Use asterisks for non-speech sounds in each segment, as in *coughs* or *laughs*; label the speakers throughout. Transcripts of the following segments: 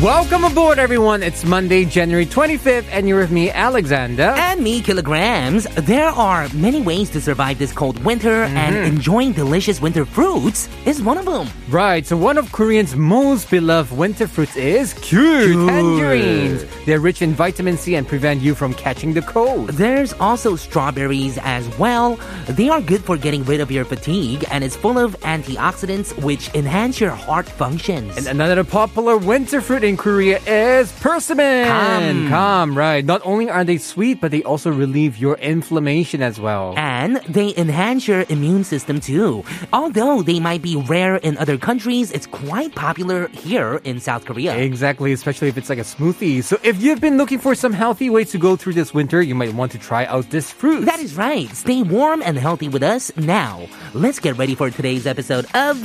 Speaker 1: Welcome aboard, everyone. It's Monday, January 25th, and you're with me, Alexander.
Speaker 2: and me kilograms. There are many ways to survive this cold winter,
Speaker 1: Mm-hmm.
Speaker 2: and enjoying delicious winter fruits is one of them.
Speaker 1: Right, so one of Koreans' most beloved winter fruits is cute tangerines. They're rich in vitamin C and prevent you from catching the cold.
Speaker 2: There's also strawberries as well. They are good for getting rid of your fatigue, and it's full of antioxidants which enhance your heart functions.
Speaker 1: And another popular winter fruit in Korea is persimmon.
Speaker 2: Kam.
Speaker 1: Kam, right. Not only are they sweet, but they also relieve your inflammation as well.
Speaker 2: And they enhance your immune system too. Although they might be rare in other countries, it's quite popular here in South Korea.
Speaker 1: Exactly, especially if it's like a smoothie. So if you've been looking for some healthy ways to go through this winter, you might want to try out this fruit.
Speaker 2: That is right. Stay warm and healthy with us now. Let's get ready for today's episode of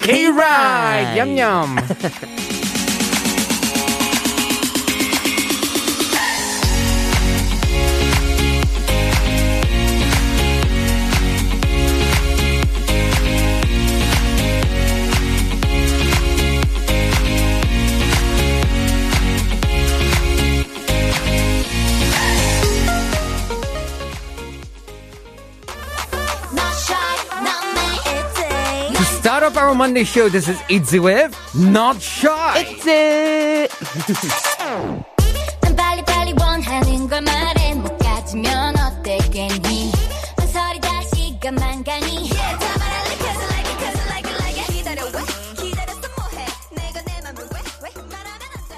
Speaker 1: K-Ride! Yum yum!
Speaker 3: Not shy, not me.
Speaker 1: to start off our Monday show, this is Itzy with Not Shy.
Speaker 3: 난 빨리빨리 원하는 걸 말해 못 가지면 어때 괜히 망설이다 시간만 가니 다 말할래 cause I like it cause I like it like it 기다려 왜 기다렸어 뭐해 내가 내 맘을 왜왜 말하면 안돼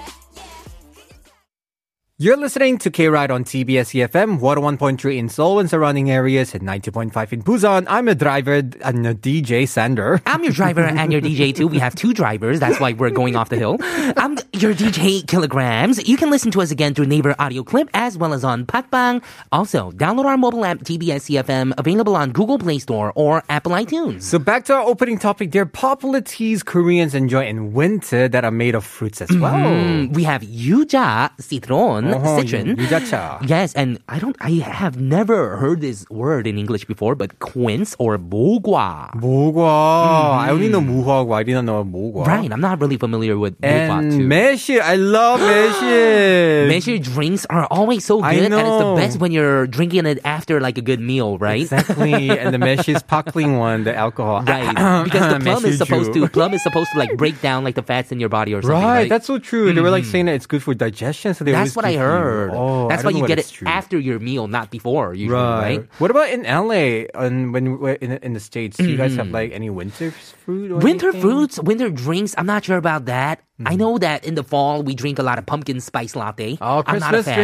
Speaker 1: You're listening to K Ride on TBS EFM, 101.3 in Seoul and surrounding areas, and 90.5 in Busan. I'm a driver and a DJ, Sander.
Speaker 2: *laughs* I'm your driver and your DJ too. We have two drivers. That's why we're going off the hill. I'm your DJ Kilograms. You can listen to us again through Neighbor Audio Clip as well as on Patbang. Also, download our mobile app TBS EFM available on Google Play Store or Apple iTunes.
Speaker 1: So back to our opening topic, there are popular teas Koreans enjoy in winter that are made of fruits as well.
Speaker 2: We have Yuja Citron,
Speaker 1: Oh,
Speaker 2: citron.
Speaker 1: 유자차.
Speaker 2: Yes, and I don't. I have never heard this word in English before, but quince or mogwa.
Speaker 1: 모과. I only know 무화과. I didn't know 모과.
Speaker 2: Right, I'm not really familiar with mogwa too.
Speaker 1: And 매실. I love 매실.
Speaker 2: Measured drinks are always so
Speaker 1: I
Speaker 2: good, and it's the
Speaker 1: know.
Speaker 2: best when you're drinking it after like a good meal, right?
Speaker 1: Exactly. and the mesh is sparkling one, the alcohol.
Speaker 2: *laughs*
Speaker 1: Ah, *coughs*
Speaker 2: Right, because the plum
Speaker 1: Mesh
Speaker 2: is supposed
Speaker 1: ju.
Speaker 2: to plum is supposed
Speaker 1: *laughs*
Speaker 2: to like break down like the fats in your body or something.
Speaker 1: Right,
Speaker 2: Right,
Speaker 1: that's so true. They were like saying that it's good for digestion, so they
Speaker 2: mm-hmm.
Speaker 1: always
Speaker 2: That's what I
Speaker 1: give you-
Speaker 2: heard.
Speaker 1: Oh,
Speaker 2: that's
Speaker 1: I
Speaker 2: why
Speaker 1: don't know
Speaker 2: you
Speaker 1: whether
Speaker 2: get it
Speaker 1: it's true.
Speaker 2: after your meal, not before. Usually,
Speaker 1: Right.
Speaker 2: right?
Speaker 1: What about in LA? On when we're in in the states, do you guys have like any winter fruit? Or
Speaker 2: Mm-hmm.
Speaker 1: Mm-hmm.
Speaker 2: Winter
Speaker 1: anything?
Speaker 2: fruits, winter drinks. I'm not sure about that. I know that in the fall we drink a lot of pumpkin spice latte.
Speaker 1: Oh,
Speaker 2: I'm not a
Speaker 1: Christmas
Speaker 2: fan.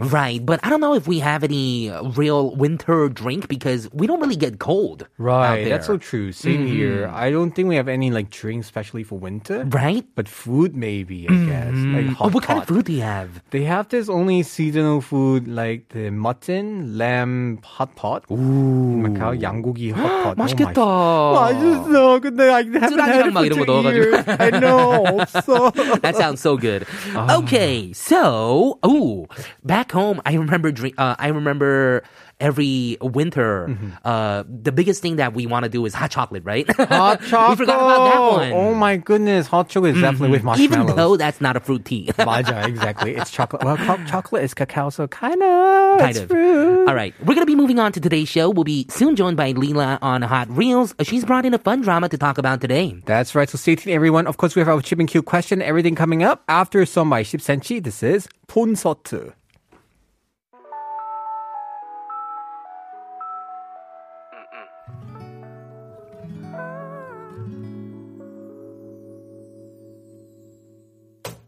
Speaker 1: drink.
Speaker 2: Right, but I don't know if we have any real winter drink because we don't really get cold. out
Speaker 1: Right, that's so
Speaker 2: there. Mm-hmm.
Speaker 1: true. Same here. I don't think we have any like drinks especially for winter.
Speaker 2: Right?
Speaker 1: But food, maybe I guess. Like hot
Speaker 2: Oh, what kind
Speaker 1: pot.
Speaker 2: of food do you have?
Speaker 1: They have this only seasonal food like the mutton, lamb hot pot. Ooh. Macau 양고기 *gasps* hot pot.
Speaker 2: 맛있겠다.
Speaker 1: Oh my- 맛있어. 근데 I haven't had
Speaker 2: 쯔라기랑
Speaker 1: it
Speaker 2: 막
Speaker 1: for
Speaker 2: 이런 거
Speaker 1: two years. I know. 없어.
Speaker 2: That sounds so good.
Speaker 1: Oh.
Speaker 2: Okay, so oh, back home, I remember. Drink, uh, I remember every winter.
Speaker 1: Mm-hmm.
Speaker 2: Uh, the biggest thing that we want to do is hot chocolate, right?
Speaker 1: *laughs* Hot chocolate.
Speaker 2: *laughs* we forgot about that one.
Speaker 1: Oh my goodness. Hot chocolate is definitely with
Speaker 2: Even
Speaker 1: marshmallows.
Speaker 2: *laughs* though that's not a fruit tea.
Speaker 1: 맞아, exactly. It's chocolate. Well, co- chocolate is cacao, so kind of.
Speaker 2: Kind
Speaker 1: it's
Speaker 2: of.
Speaker 1: fruit.
Speaker 2: All right, we're gonna be moving on to today's show. We'll be soon joined by Leela on Hot Reels. She's brought in a fun drama to talk about today.
Speaker 1: That's right. So stay tuned, everyone. Of course, we have our chip and cue question. Everything coming up after some by Ship Senchi. This is 폰서트.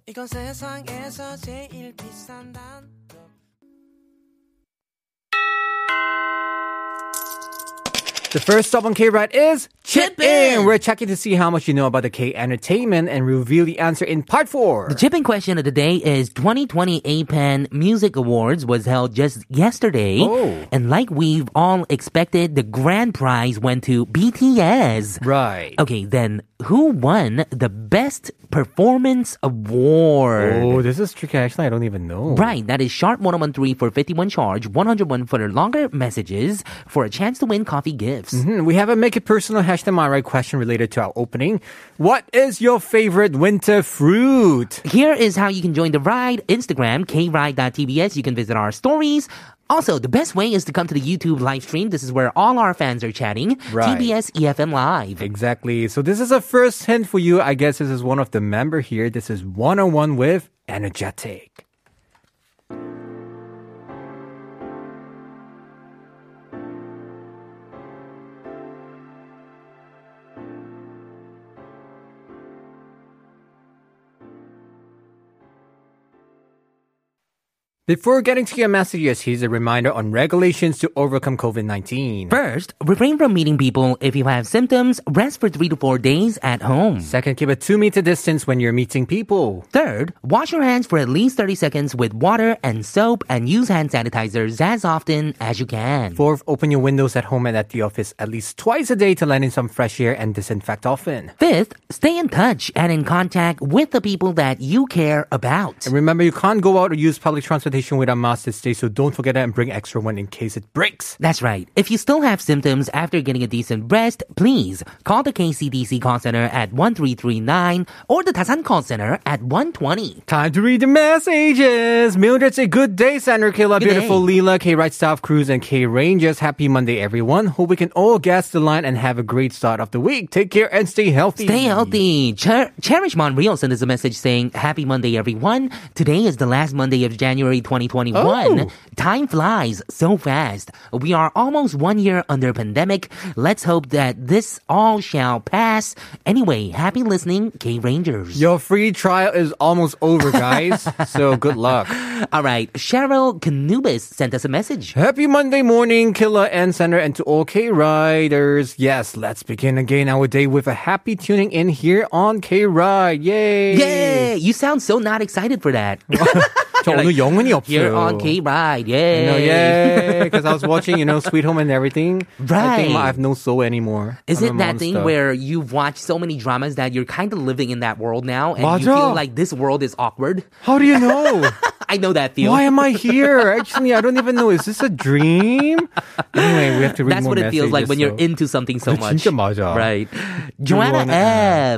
Speaker 4: 이건 세상에서 제일 비싼 단독
Speaker 1: The first stop on K Ride is
Speaker 2: Chip
Speaker 1: in.
Speaker 2: in.
Speaker 1: We're checking to see how much you know about the K entertainment and reveal the answer in part four.
Speaker 2: The chipping question of the day is 2020 APEN Music Awards was held just yesterday.
Speaker 1: Oh.
Speaker 2: And like we've all expected, the grand prize went to BTS.
Speaker 1: Right.
Speaker 2: Okay, then who won the Best Performance Award?
Speaker 1: Oh, this is tricky. Actually, I don't even know.
Speaker 2: Right, that is Sharp 1013 for 51 charge, 101 for longer messages for a chance to win coffee gifts.
Speaker 1: Hmm, We have a make it personal hashtag my right question related to our opening. What is your favorite winter fruit?
Speaker 2: Here is how you can join the ride Instagram, kride.tbs. You can visit our stories. Also, the best way is to come to the YouTube live stream. This is where all our fans are chatting.
Speaker 1: Right.
Speaker 2: TBS EFM E Live.
Speaker 1: Exactly. So this is a first hint for you. I guess this is one of the member here. This is one on one with energetic. Before getting to your messages, here's a reminder on regulations to overcome COVID 19.
Speaker 2: First, refrain from meeting people if you have symptoms. Rest for three to four days at home.
Speaker 1: Second, keep a two meter distance when you're meeting people.
Speaker 2: Third, wash your hands for at least 30 seconds with water and soap and use hand sanitizers as often as you can.
Speaker 1: Fourth, open your windows at home and at the office at least twice a day to let in some fresh air and disinfect often.
Speaker 2: Fifth, stay in touch and in contact with the people that you care about.
Speaker 1: And remember, you can't go out or use public transportation without masks this day, so don't forget that and bring extra one in case it breaks.
Speaker 2: That's right. If you still have symptoms after getting a decent rest, please call the KCDC call center at 1339 or the Dasan call center at 120.
Speaker 1: Time to read the messages. Mildred say good day, Sandra Killa,
Speaker 2: Good
Speaker 1: beautiful Leela, K Right Staff Cruise, and K Rangers. Happy Monday, everyone. Hope we can all gas the line and have a great start of the week. Take care and stay healthy.
Speaker 2: Stay healthy. Cher- Cherish Monreal sent us a message saying, Happy Monday, everyone. Today is the last Monday of January 2021.
Speaker 1: Oh.
Speaker 2: Time flies so fast. We are almost one year under pandemic. Let's hope that this all shall pass. Anyway, happy listening, K Rangers.
Speaker 1: Your free trial is almost over,
Speaker 2: *laughs*
Speaker 1: guys. so good luck.
Speaker 2: All right. Cheryl Canubis sent us a message.
Speaker 1: Happy Monday morning, Killer and Sender, and to all K Riders. Yes, let's begin again our day with a happy tuning in here on K Ride. Yay! *laughs*
Speaker 2: Yeah, you sound so not excited for that.
Speaker 1: 저 오늘 영혼이 없어요.
Speaker 2: You're on K Ride. Yeah.
Speaker 1: No, yeah, because I was watching, you know, Sweet Home and everything. I think
Speaker 2: Right.
Speaker 1: I have no soul anymore.
Speaker 2: Is
Speaker 1: I'm
Speaker 2: it
Speaker 1: a
Speaker 2: that thing
Speaker 1: monster.
Speaker 2: where you've watched so many dramas that you're kind of living in that world now and you
Speaker 1: 맞아.
Speaker 2: feel like this world is awkward? *laughs*
Speaker 1: How do you know?
Speaker 2: I know that feel.
Speaker 1: Why am I here? Actually, I don't even know. Is this a dream? Anyway, we have to read
Speaker 2: That's
Speaker 1: more
Speaker 2: what it feels like
Speaker 1: messages,
Speaker 2: when you're
Speaker 1: so.
Speaker 2: into
Speaker 1: *laughs*
Speaker 2: something so
Speaker 1: 근데
Speaker 2: much.
Speaker 1: 진짜 맞아.
Speaker 2: Right. Joanna
Speaker 1: Joanna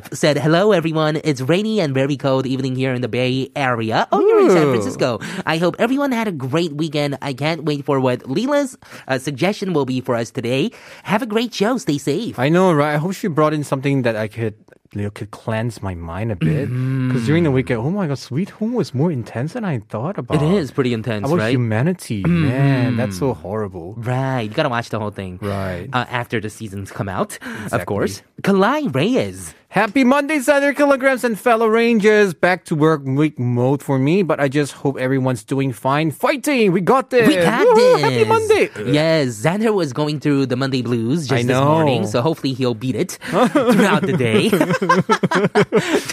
Speaker 2: F said, Hello everyone. It's rainy and very cold evening here in the Bay Area. Oh, you're in San
Speaker 1: Ooh.
Speaker 2: Francisco. I hope everyone had a great weekend. I can't wait for what Leela's uh, suggestion will be for us today. Have a great show. Stay safe.
Speaker 1: I know, right? I hope she brought in something that I could, you know, could cleanse my mind a bit. Because
Speaker 2: Mm-hmm.
Speaker 1: during the weekend, oh my god, Sweet Home was more intense than I thought about.
Speaker 2: It is pretty intense,
Speaker 1: About
Speaker 2: right? Mm-hmm.
Speaker 1: humanity, man, that's so horrible.
Speaker 2: Right, you gotta watch the whole thing.
Speaker 1: Right.
Speaker 2: Uh, after the seasons come out, of course. Kalai Reyes.
Speaker 1: Happy Monday, Senator Kilograms and fellow Rangers. Back to work week mode for me, but I just hope everyone's doing fine. Fighting, we got this.
Speaker 2: We got
Speaker 1: Woohoo!
Speaker 2: this.
Speaker 1: Happy Monday.
Speaker 2: Yes, Xander was going through the Monday blues just
Speaker 1: I
Speaker 2: this
Speaker 1: know.
Speaker 2: morning, so hopefully he'll
Speaker 1: *laughs*
Speaker 2: beat it throughout the day.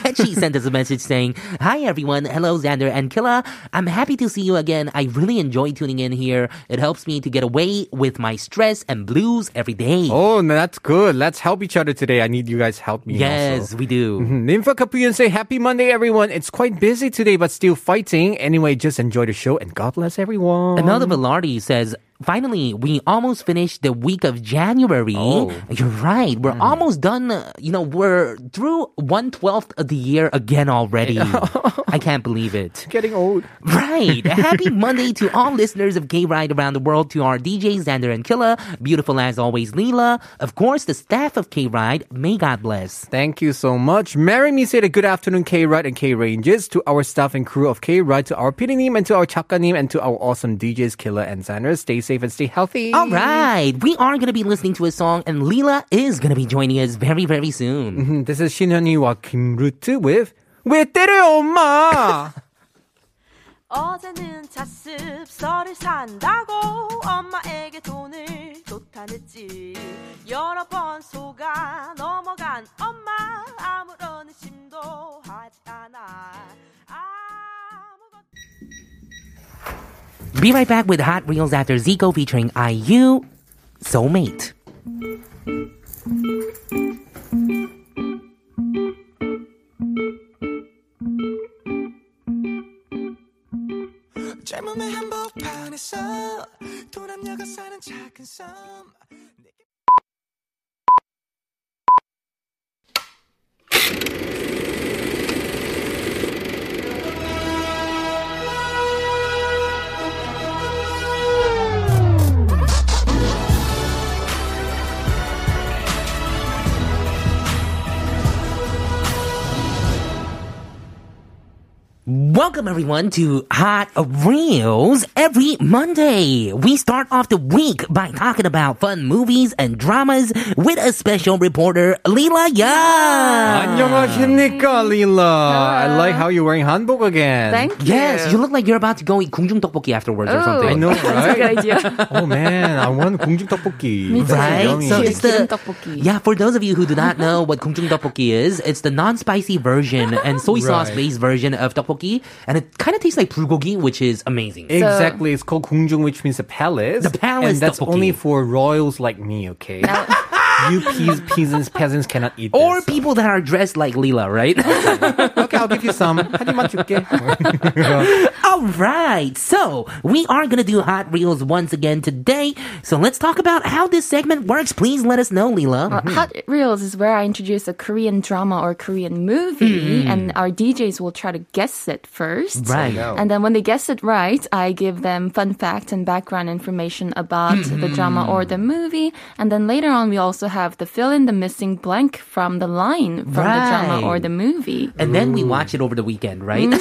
Speaker 2: Tetchy sent us a message saying, Hi everyone, hello Xander and Killa. I'm happy to see you again. I really enjoy tuning in here. It helps me to get away with my stress and blues every day.
Speaker 1: Oh, no, that's good. Let's help each other today. I need you guys help me.
Speaker 2: yes,
Speaker 1: also.
Speaker 2: we do.
Speaker 1: Nympha Capuyan say happy Monday everyone. It's quite busy today but still fighting. Anyway, just enjoy the show and God bless everyone.
Speaker 2: Imelda Velarde says, finally, we almost finished the week of January.
Speaker 1: Oh.
Speaker 2: You're right. We're almost done. uh, You know, we're through 112th of the year again already. I can't believe it.
Speaker 1: getting old.
Speaker 2: Right. Happy Monday to all listeners of Gay Ride Around the World, to our DJs, Xander and Killa, beautiful as always, Leela, of course, the staff of K Ride. May God bless.
Speaker 1: Thank you so much. Mary me said a good afternoon K Ride and K Rangers to our staff and crew of K Ride, to our PD님 and to our Chakanim and to our awesome DJs Killer and Sanders. Stay safe and stay healthy.
Speaker 2: All right, we are going to be listening to a song, and Leela is going to be joining us very, very soon.
Speaker 1: Mm, This is 신현이와 김루트 with 왜 때려 엄마.
Speaker 5: 어제는 자습서를 산다고 엄마에게 돈을 쫓아냈지 여러 번 속아
Speaker 2: Be right back with Hot Reels after Zico featuring IU, Soulmate.
Speaker 4: 젊음의 한복판에서 또 남녀가 사는 작은 섬
Speaker 2: Welcome everyone to Hot Reels. Every Monday, we start off the week by talking about fun movies and dramas with a special reporter, Lila Young.
Speaker 1: 안녕하십니까, Lila. I like how you're wearing hanbok again.
Speaker 6: Thank you.
Speaker 2: Yes, you look like you're about to go eat gungjung tteokbokki afterwards or
Speaker 6: Ooh.
Speaker 2: something.
Speaker 1: Oh. I know,
Speaker 6: That's a
Speaker 1: right?
Speaker 6: good idea.
Speaker 1: *laughs* Oh man, I want 공중 떡볶이.
Speaker 6: too.
Speaker 1: That's
Speaker 2: Right?
Speaker 1: yummy.
Speaker 2: So
Speaker 6: Girum
Speaker 2: it's the
Speaker 6: tteokbokki.
Speaker 2: Yeah, for those of you who do not know what gungjung tteokbokki is, it's the non-spicy version and
Speaker 1: *laughs*
Speaker 2: soy sauce based version of tteokbokki and it kind of tastes like bulgogi, which is amazing.
Speaker 1: Exactly, it's called kungjung, which means a palace.
Speaker 2: The palace
Speaker 1: and that's
Speaker 2: tteokbokki.
Speaker 1: only for royals like me. Okay, *laughs* you peas, peasants, peasants cannot eat.
Speaker 2: or
Speaker 1: this.
Speaker 2: people that are dressed like Lila, right? *laughs*
Speaker 1: okay, I'll give you *laughs* some. 하지만 줄게.
Speaker 2: All right, so we are gonna do Hot Reels once again today. So let's talk about how this segment works. Please let us know, Lila. *clears throat*
Speaker 6: Hot Reels is where I introduce a Korean drama or Korean movie, and our DJs will try to guess it first.
Speaker 2: Mm-hmm. Right.
Speaker 6: And then when they guess it right, I give them fun facts and background information about the
Speaker 2: Mm-hmm.
Speaker 6: drama or the movie. And then later on, we also have the fill in the missing blank from the line from the drama
Speaker 2: Right.
Speaker 6: or the movie.
Speaker 2: And then we watch it over the weekend, right?
Speaker 6: Mm,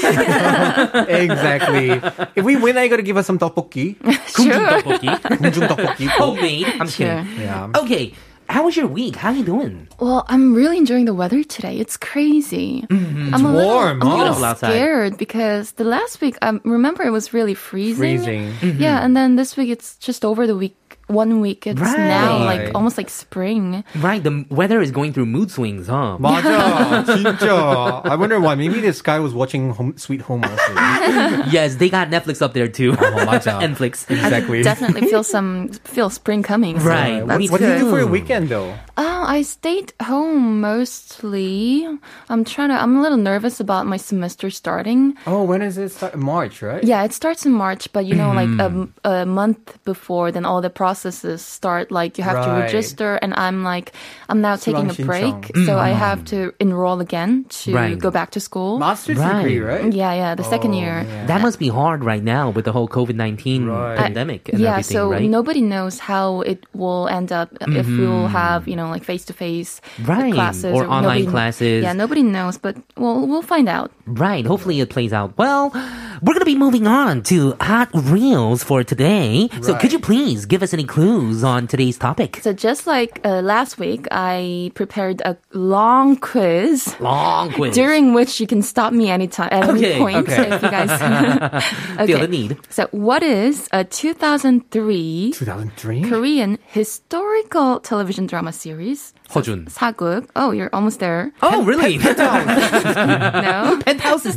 Speaker 2: *laughs*
Speaker 1: exactly. If we win, I gotta give us some tteokbokki.
Speaker 2: Gungjung tteokbokki.
Speaker 1: 공중 떡볶이.
Speaker 2: Homemade. I'm
Speaker 6: Sure.
Speaker 2: kidding.
Speaker 1: Yeah.
Speaker 2: Okay. How was your week? How you doing?
Speaker 6: Well, I'm really enjoying the weather today. It's crazy.
Speaker 2: Mm-hmm.
Speaker 6: I'm a
Speaker 1: warm, huh?
Speaker 6: Little, I'm a
Speaker 2: Beautiful
Speaker 6: little
Speaker 2: outside.
Speaker 6: scared because the last week, I remember it was really freezing.
Speaker 1: Freezing.
Speaker 2: Mm-hmm.
Speaker 6: Yeah, and then this week it's just over the week. One week it's
Speaker 2: Right.
Speaker 6: now like almost like spring.
Speaker 2: Right, the weather is going through mood swings, huh?
Speaker 1: 맞아, 진짜. I wonder why. Maybe this guy was watching home, Sweet Home also.
Speaker 2: *laughs* yes, they got Netflix up there too. *laughs*
Speaker 1: 맞아.
Speaker 2: Netflix.
Speaker 1: Oh, *laughs* Exactly.
Speaker 6: Definitely
Speaker 2: *laughs*
Speaker 6: feel some feel spring coming. so
Speaker 2: Right.
Speaker 6: that's
Speaker 2: We
Speaker 1: What did you do for your
Speaker 2: Ooh.
Speaker 1: weekend though?
Speaker 6: Oh, I stayed home mostly. I'm trying to. I'm a little nervous about my semester starting.
Speaker 1: Oh, when is it start? March, right?
Speaker 6: Yeah, it starts in March, but you know, like a,
Speaker 2: Mm-hmm.
Speaker 6: m- a month before, then all the processes start. Like you have to
Speaker 1: Right.
Speaker 6: register, and I'm like, I'm now taking a break, so I have to enroll again
Speaker 2: Mm-hmm.
Speaker 6: to
Speaker 2: Right. Oh,
Speaker 6: go back to school.
Speaker 1: Master's
Speaker 2: Right.
Speaker 1: degree, right?
Speaker 6: Yeah, yeah, the second year.
Speaker 2: That must be hard right now with the whole COVID 19
Speaker 1: Right.
Speaker 2: pandemic and
Speaker 6: yeah,
Speaker 2: everything,
Speaker 6: so
Speaker 2: right?
Speaker 6: nobody knows how it will end up if we will have, you know, like face to face
Speaker 2: Mm-hmm. Right,
Speaker 6: classes
Speaker 2: or online
Speaker 6: nobody-
Speaker 2: classes.
Speaker 6: Yeah, nobody knows, but we'll we'll find out.
Speaker 2: Right. Hopefully it plays out well. We're going to be moving on to Hot Reels for today. So could you please give us any clues on today's topic?
Speaker 6: So just like uh, last week, I prepared a long quiz.
Speaker 2: Long quiz.
Speaker 6: During which you can stop me anytime at
Speaker 2: Okay,
Speaker 6: any point
Speaker 1: okay.
Speaker 6: if you guys *laughs*
Speaker 2: Feel
Speaker 6: Okay.
Speaker 2: the need.
Speaker 6: So what is a 2003
Speaker 1: 2003.
Speaker 6: Korean historical television drama series?
Speaker 2: Hojun.
Speaker 6: 사극. Oh, you're almost there.
Speaker 2: Oh, really? *laughs*
Speaker 6: No.
Speaker 2: Penthouse is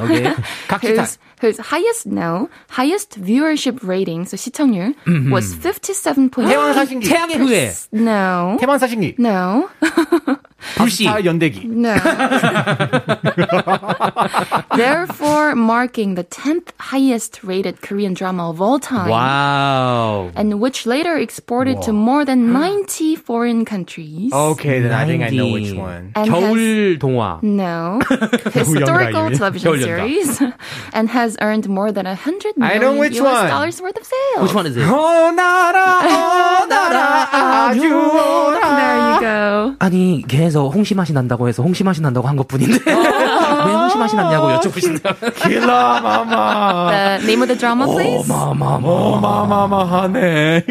Speaker 1: *laughs*
Speaker 2: okay?
Speaker 6: whose, whose highest no highest viewership rating so 시청률 was 57.8
Speaker 1: 태왕 사신기.
Speaker 2: 태양의
Speaker 6: *gasps*
Speaker 2: 후예.
Speaker 6: no
Speaker 1: 태왕 사신기.
Speaker 6: no *laughs*
Speaker 2: 불씨.
Speaker 1: 다 연대기.
Speaker 6: no therefore marking the 10th highest rated Korean drama of all time
Speaker 2: Wow.
Speaker 6: and which later exported to more than 90 foreign countries
Speaker 1: Oh, Okay, then I think I know
Speaker 2: 90.
Speaker 1: which one.
Speaker 6: and has
Speaker 2: 겨울 동화.
Speaker 1: *laughs*
Speaker 6: *laughs* no
Speaker 1: 연가,
Speaker 6: historical
Speaker 1: 이미.
Speaker 6: television
Speaker 2: 겨울 연가.
Speaker 6: series *laughs* and has earned more than 100
Speaker 1: I
Speaker 6: million
Speaker 1: know which
Speaker 6: US
Speaker 1: one.
Speaker 6: dollars worth of sales
Speaker 2: Which one is it?
Speaker 1: 오 나라 오 나라 아주 오라.
Speaker 6: there you go
Speaker 2: 아니 걔에서 홍시 맛이 난다고 해서 홍시 맛이 난다고 한 것뿐인데 *laughs* 왜 홍시 맛이 났냐고 여쭤보신다.
Speaker 1: 길라 마마.
Speaker 6: the name of the drama, *laughs*
Speaker 1: Oh,
Speaker 6: please?
Speaker 2: 어마마마.
Speaker 1: 오 마마마 하네.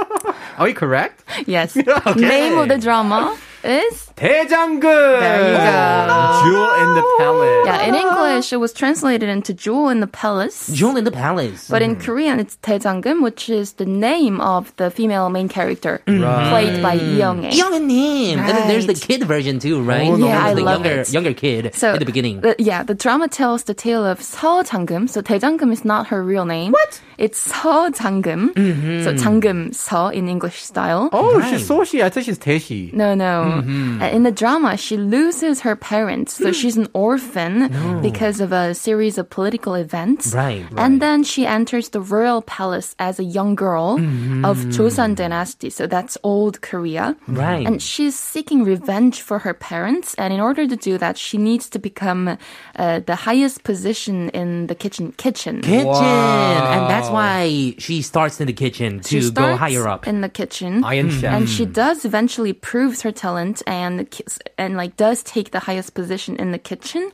Speaker 1: *laughs* Are we correct? *laughs*
Speaker 6: Yes. Name of the drama is
Speaker 1: 대장금.
Speaker 6: There you go.
Speaker 1: Oh, Jewel in the Palace.
Speaker 6: Yeah, in English, it was translated into Jewel in the Palace.
Speaker 2: Jewel in the Palace.
Speaker 6: But in Korean, it's Taejanggeum, which is the name of the female main character
Speaker 1: Mm-hmm.
Speaker 6: played by Young
Speaker 2: Youngnim. And then there's the
Speaker 6: Right.
Speaker 2: kid version too, right?
Speaker 6: Oh, no,
Speaker 2: There's
Speaker 6: Yeah, I
Speaker 2: the
Speaker 6: love
Speaker 2: younger,
Speaker 6: it.
Speaker 2: younger kid at the beginning.
Speaker 6: yeah, the drama tells the tale of Seo Janggum. So Taejanggeum is not her real name. What? It's Seo Janggum.
Speaker 2: Mm-hmm.
Speaker 6: So Janggum Seo in English style.
Speaker 1: Oh,
Speaker 2: Right.
Speaker 1: she's Soshi. I thought she's Taeshi.
Speaker 6: No, no.
Speaker 2: Mm-hmm.
Speaker 6: Uh, In the drama, she loses her parents,
Speaker 2: Hmm.
Speaker 6: so she's an orphan because of a series of political events.
Speaker 2: Right,
Speaker 6: And then she enters the royal palace as a young girl
Speaker 2: Mm-hmm.
Speaker 6: of Joseon dynasty, so that's old Korea.
Speaker 2: Right.
Speaker 6: And she's seeking revenge for her parents, and in order to do that, she needs to become uh, the highest position in the kitchen. Kitchen.
Speaker 2: kitchen. And that's why she starts in the kitchen
Speaker 6: She
Speaker 2: to go
Speaker 6: starts
Speaker 2: higher up.
Speaker 6: in the kitchen.
Speaker 1: Iron Chef.
Speaker 6: and she does eventually proves her talent and kiss- and like does take the highest position in the kitchen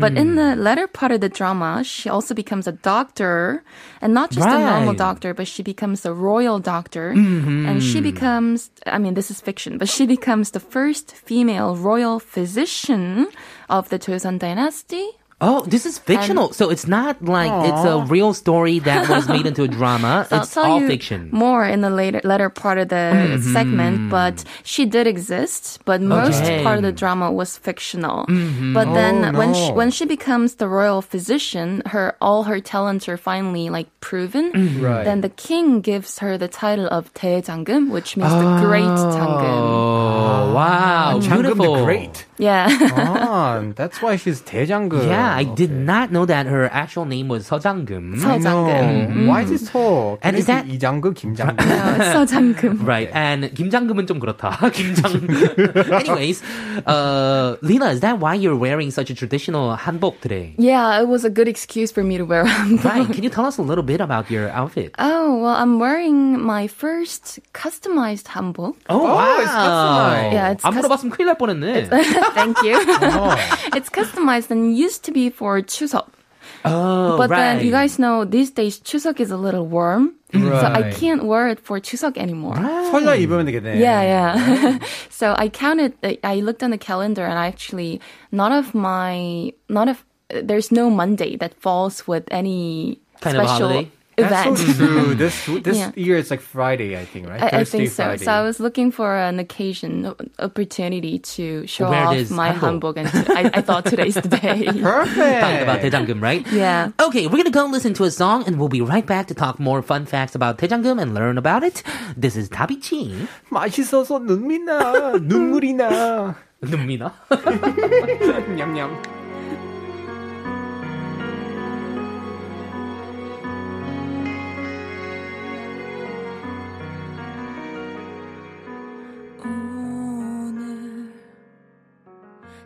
Speaker 6: but in the latter part of the drama she also becomes a doctor and not just a normal
Speaker 2: Right.
Speaker 6: doctor but she becomes a royal doctor and she becomes i mean this is fiction but she becomes the first female royal physician of the Joseon dynasty
Speaker 2: Oh, this is fictional. So it's not like it's a real story that was made into a
Speaker 6: *laughs*
Speaker 2: drama.
Speaker 6: I'll
Speaker 2: it's
Speaker 6: tell
Speaker 2: all
Speaker 6: you
Speaker 2: fiction. Mm-hmm.
Speaker 6: more in the later latter part of the segment, but she did exist, but most
Speaker 2: Okay. Mm-hmm.
Speaker 6: part of the drama was fictional. But then
Speaker 2: Oh,
Speaker 6: when she when she becomes the royal physician, her all her talents are finally like proven.
Speaker 2: Mm-hmm.
Speaker 1: Right.
Speaker 6: Then the king gives her the title of 대장금, which means the great 장금.
Speaker 2: Oh, wow.
Speaker 1: Changum
Speaker 2: Beautiful.
Speaker 1: Ah. the Great.
Speaker 6: Yeah. *laughs*
Speaker 1: Ah, that's why she's Daejanggum.
Speaker 2: Yeah, I did not know that her actual name was 서장금.
Speaker 6: So 장금.
Speaker 1: Why is it so?
Speaker 2: And is that-
Speaker 1: 이장금,
Speaker 6: *laughs*
Speaker 1: 김장금?
Speaker 6: No, it's so 장금.
Speaker 2: Right, and 김장금은 좀 그렇다.
Speaker 1: *laughs*
Speaker 2: *laughs* 김장. Anyways, uh, Lina, is that why you're wearing such a traditional hanbok today?
Speaker 6: Yeah, it was a good excuse for me to wear
Speaker 2: Right, can you tell us a little bit about your
Speaker 1: *laughs*
Speaker 2: outfit?
Speaker 6: Oh, well, I'm wearing my first customized hanbok.
Speaker 2: Oh, wow.
Speaker 1: it's customized.
Speaker 6: Yeah, it's
Speaker 2: 안
Speaker 6: cus-
Speaker 2: 물어봤으면 큰일 날 뻔했네.
Speaker 6: *laughs* Thank you. it's customized and used to be for Chuseok.
Speaker 2: Oh,
Speaker 6: But
Speaker 2: right.
Speaker 6: then you guys know these days Chuseok is a little warm. So I
Speaker 1: Right.
Speaker 6: can't wear it for Chuseok anymore.
Speaker 1: 설날 입으면 되겠네.
Speaker 6: Yeah, yeah. *laughs* so I counted, I- I looked on the calendar and actually none of my, none of, there's no Monday that falls with any
Speaker 2: Kind of a
Speaker 6: special
Speaker 2: holiday?
Speaker 6: event.
Speaker 1: That's so true. This this
Speaker 6: Yeah.
Speaker 1: year it's like Friday, I think, right?
Speaker 6: *laughs* I, I
Speaker 1: Thursday,
Speaker 6: think so.
Speaker 1: Friday.
Speaker 6: So I was looking for an occasion, o- opportunity to show
Speaker 2: Wear
Speaker 6: off
Speaker 2: this
Speaker 6: my
Speaker 2: hanbok.
Speaker 6: hanbok, and to- I, I thought today's the
Speaker 2: *laughs*
Speaker 6: day. *laughs*
Speaker 2: talking about
Speaker 1: Perfect.
Speaker 2: 대장금, right?
Speaker 6: Yeah.
Speaker 2: Okay, we're gonna go listen to a song, and we'll be right back to talk more fun facts about 대장금 and learn about it. This is 다비치.
Speaker 1: 맛있어서 눈이 나. 눈물이 나.
Speaker 2: 눈미나.
Speaker 1: *laughs* 냠냠.
Speaker 3: 오늘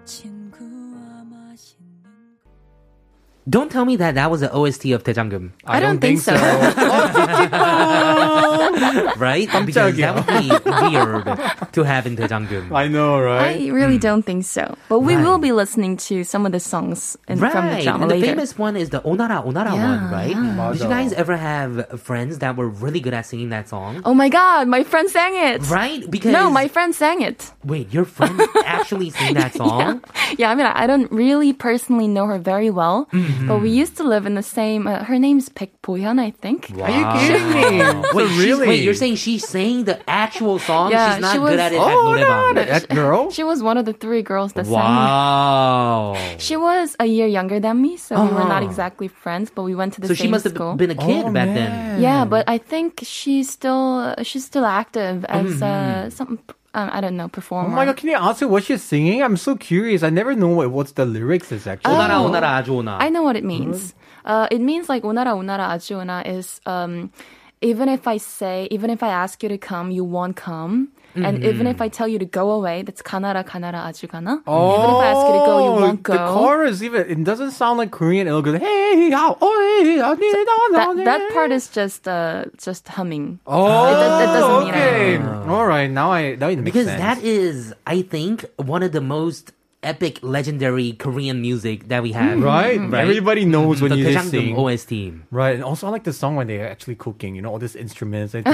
Speaker 3: 친구와 맛있는
Speaker 2: Don't tell me that that was the OST of 대장금,
Speaker 6: I don't think so.
Speaker 2: right? because that would be weird to have in 대장금.
Speaker 1: *laughs* I know, right?
Speaker 6: I really don't think so. But we
Speaker 2: Mm. Right.
Speaker 6: will be listening to some of the songs in, from the drama
Speaker 2: and the
Speaker 6: later.
Speaker 2: famous one is the Onara Onara
Speaker 6: Yeah,
Speaker 2: one, right? Did you
Speaker 1: Mazo.
Speaker 2: guys ever have friends that were really good at singing that song?
Speaker 6: oh my god, my friend sang it.
Speaker 2: Right? Because
Speaker 6: Oh. No, my friend sang it.
Speaker 2: wait, your friend
Speaker 6: *laughs*
Speaker 2: actually sang that song.
Speaker 6: Yeah, I mean, I don't really personally know her very well,
Speaker 2: Mm-hmm.
Speaker 6: but we used to live in the same. Uh, her name's Pek Boyan, I think.
Speaker 1: Are you kidding me?
Speaker 2: Wait,
Speaker 1: so
Speaker 2: she's-
Speaker 1: really?
Speaker 2: Wait, you're saying she sang the actual song?
Speaker 6: Yeah,
Speaker 2: she's not
Speaker 6: she
Speaker 2: good
Speaker 6: was-
Speaker 2: at it at
Speaker 1: Oh, no,
Speaker 2: 노래방.
Speaker 1: that girl?
Speaker 6: She was one of the three girls that sang.
Speaker 2: Wow.
Speaker 6: She was a year younger than me, so we were not
Speaker 2: Uh-huh.
Speaker 6: exactly friends, but we went to
Speaker 2: So
Speaker 6: the
Speaker 2: she
Speaker 6: same
Speaker 2: must have
Speaker 6: school.
Speaker 2: been a
Speaker 1: Oh,
Speaker 2: kid back then.
Speaker 6: yeah, but I think she's still she's still active as
Speaker 2: Mm-hmm.
Speaker 6: uh, some um, I don't know performer.
Speaker 1: Oh my god, can you ask her what she's singing? I'm so curious. I never know what, what's the lyrics is actually.
Speaker 2: 오나라 오나라 아주 오나.
Speaker 6: Oh. I know what it
Speaker 1: Mm-hmm.
Speaker 6: means. Uh, it means like 오나라 오나라 아주나 is um, even if I say even if I ask you to come, you won't come. And even
Speaker 1: Mm-hmm.
Speaker 6: if I tell you to go away, that's 가나라 가나라 아주 가나. even if I ask you to go, you won't go.
Speaker 1: Oh, The chorus even it doesn't sound like Korean. It'll go hey, how, oh, hey, I need it on,
Speaker 6: that,
Speaker 1: on it."
Speaker 6: that part is just uh, just humming.
Speaker 1: Oh,
Speaker 6: It does- it doesn't mean
Speaker 1: okay. All right, now I now it makes
Speaker 2: because
Speaker 1: sense.
Speaker 2: that is, I think, one of the most epic, legendary Korean music that we have.
Speaker 1: Right?
Speaker 6: Mm-hmm.
Speaker 1: Everybody knows when
Speaker 2: The
Speaker 1: you just sing.
Speaker 2: Daejanggeum OST.
Speaker 1: Right, and also I like the song when they're actually cooking. You know, all these
Speaker 6: *laughs*
Speaker 1: instruments. Like,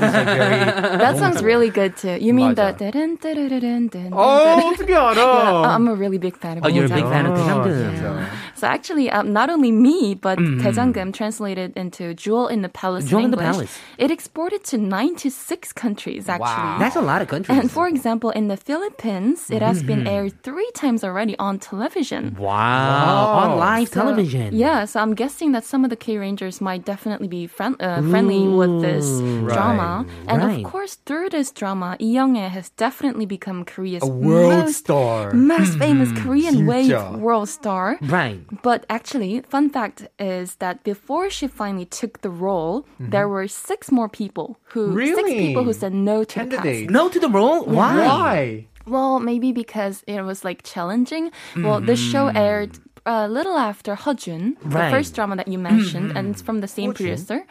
Speaker 6: That sounds really good too. You mean the
Speaker 1: 맞아.
Speaker 6: dun, dun, dun, dun, dun, dun,
Speaker 1: Oh,
Speaker 6: dun.
Speaker 1: 어떻게
Speaker 6: Yeah,
Speaker 1: 알아?
Speaker 6: I'm a really big fan of
Speaker 2: Oh, you're a big fan of
Speaker 1: Oh,
Speaker 2: Daejanggeum.
Speaker 6: So actually, um, not only me, but Daejanggeum translated into Jewel in the Palace.
Speaker 2: Mm-hmm. Jewel in the
Speaker 6: English,
Speaker 2: Palace.
Speaker 6: It exported to 96 countries actually.
Speaker 2: That's a lot of countries.
Speaker 6: And for example, in the Philippines, it has been aired three times already on television.
Speaker 2: Mm-hmm. wow. On live television.
Speaker 6: So, yeah, so I'm guessing that some of the K Rangers might definitely be friend, uh, friendly with this drama. And
Speaker 2: right.
Speaker 6: of course, through this drama, Lee Young-hae has definitely become Korea's
Speaker 1: A world
Speaker 6: most,
Speaker 1: star.
Speaker 6: most famous
Speaker 2: Mm-hmm.
Speaker 6: Korean wave
Speaker 1: 진짜.
Speaker 6: world star.
Speaker 2: Right.
Speaker 6: But actually, fun fact is that before she finally took the role,
Speaker 2: Mm-hmm.
Speaker 6: there were six more people who six
Speaker 1: Really?
Speaker 6: people who said no to the cast.
Speaker 1: Candidate.
Speaker 2: No to the role? Why?
Speaker 1: Why?
Speaker 6: Well, maybe because it was like challenging. Well, the show aired a little after Hojun,
Speaker 2: Mm-hmm. Right.
Speaker 6: the first drama that you mentioned, and it's from the same producer.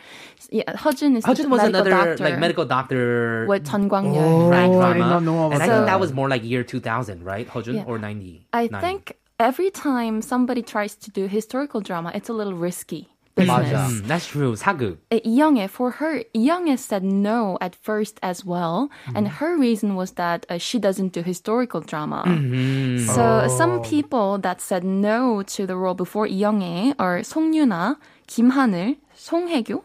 Speaker 6: Yeah, Hojun is the
Speaker 2: Hudson was
Speaker 6: medical
Speaker 2: another
Speaker 6: doctor
Speaker 2: like medical doctor. Oh.
Speaker 6: with Chun Kwang
Speaker 2: Right,
Speaker 6: right?
Speaker 2: drama.
Speaker 1: I did not know about
Speaker 2: and I think
Speaker 1: that.
Speaker 2: that was more like year 2000, right? Hojun
Speaker 6: Yeah.
Speaker 2: or 90?
Speaker 6: I think every time somebody tries to do historical drama, it's a little risky business.
Speaker 2: Mm, that's true. 사극.
Speaker 6: Uh, Young, for her, Young said no at first as well, and her reason was that uh, she doesn't do historical drama. So some people that said no to the role before Young are Song Yuna, Kim Hanul, Song Haegyo,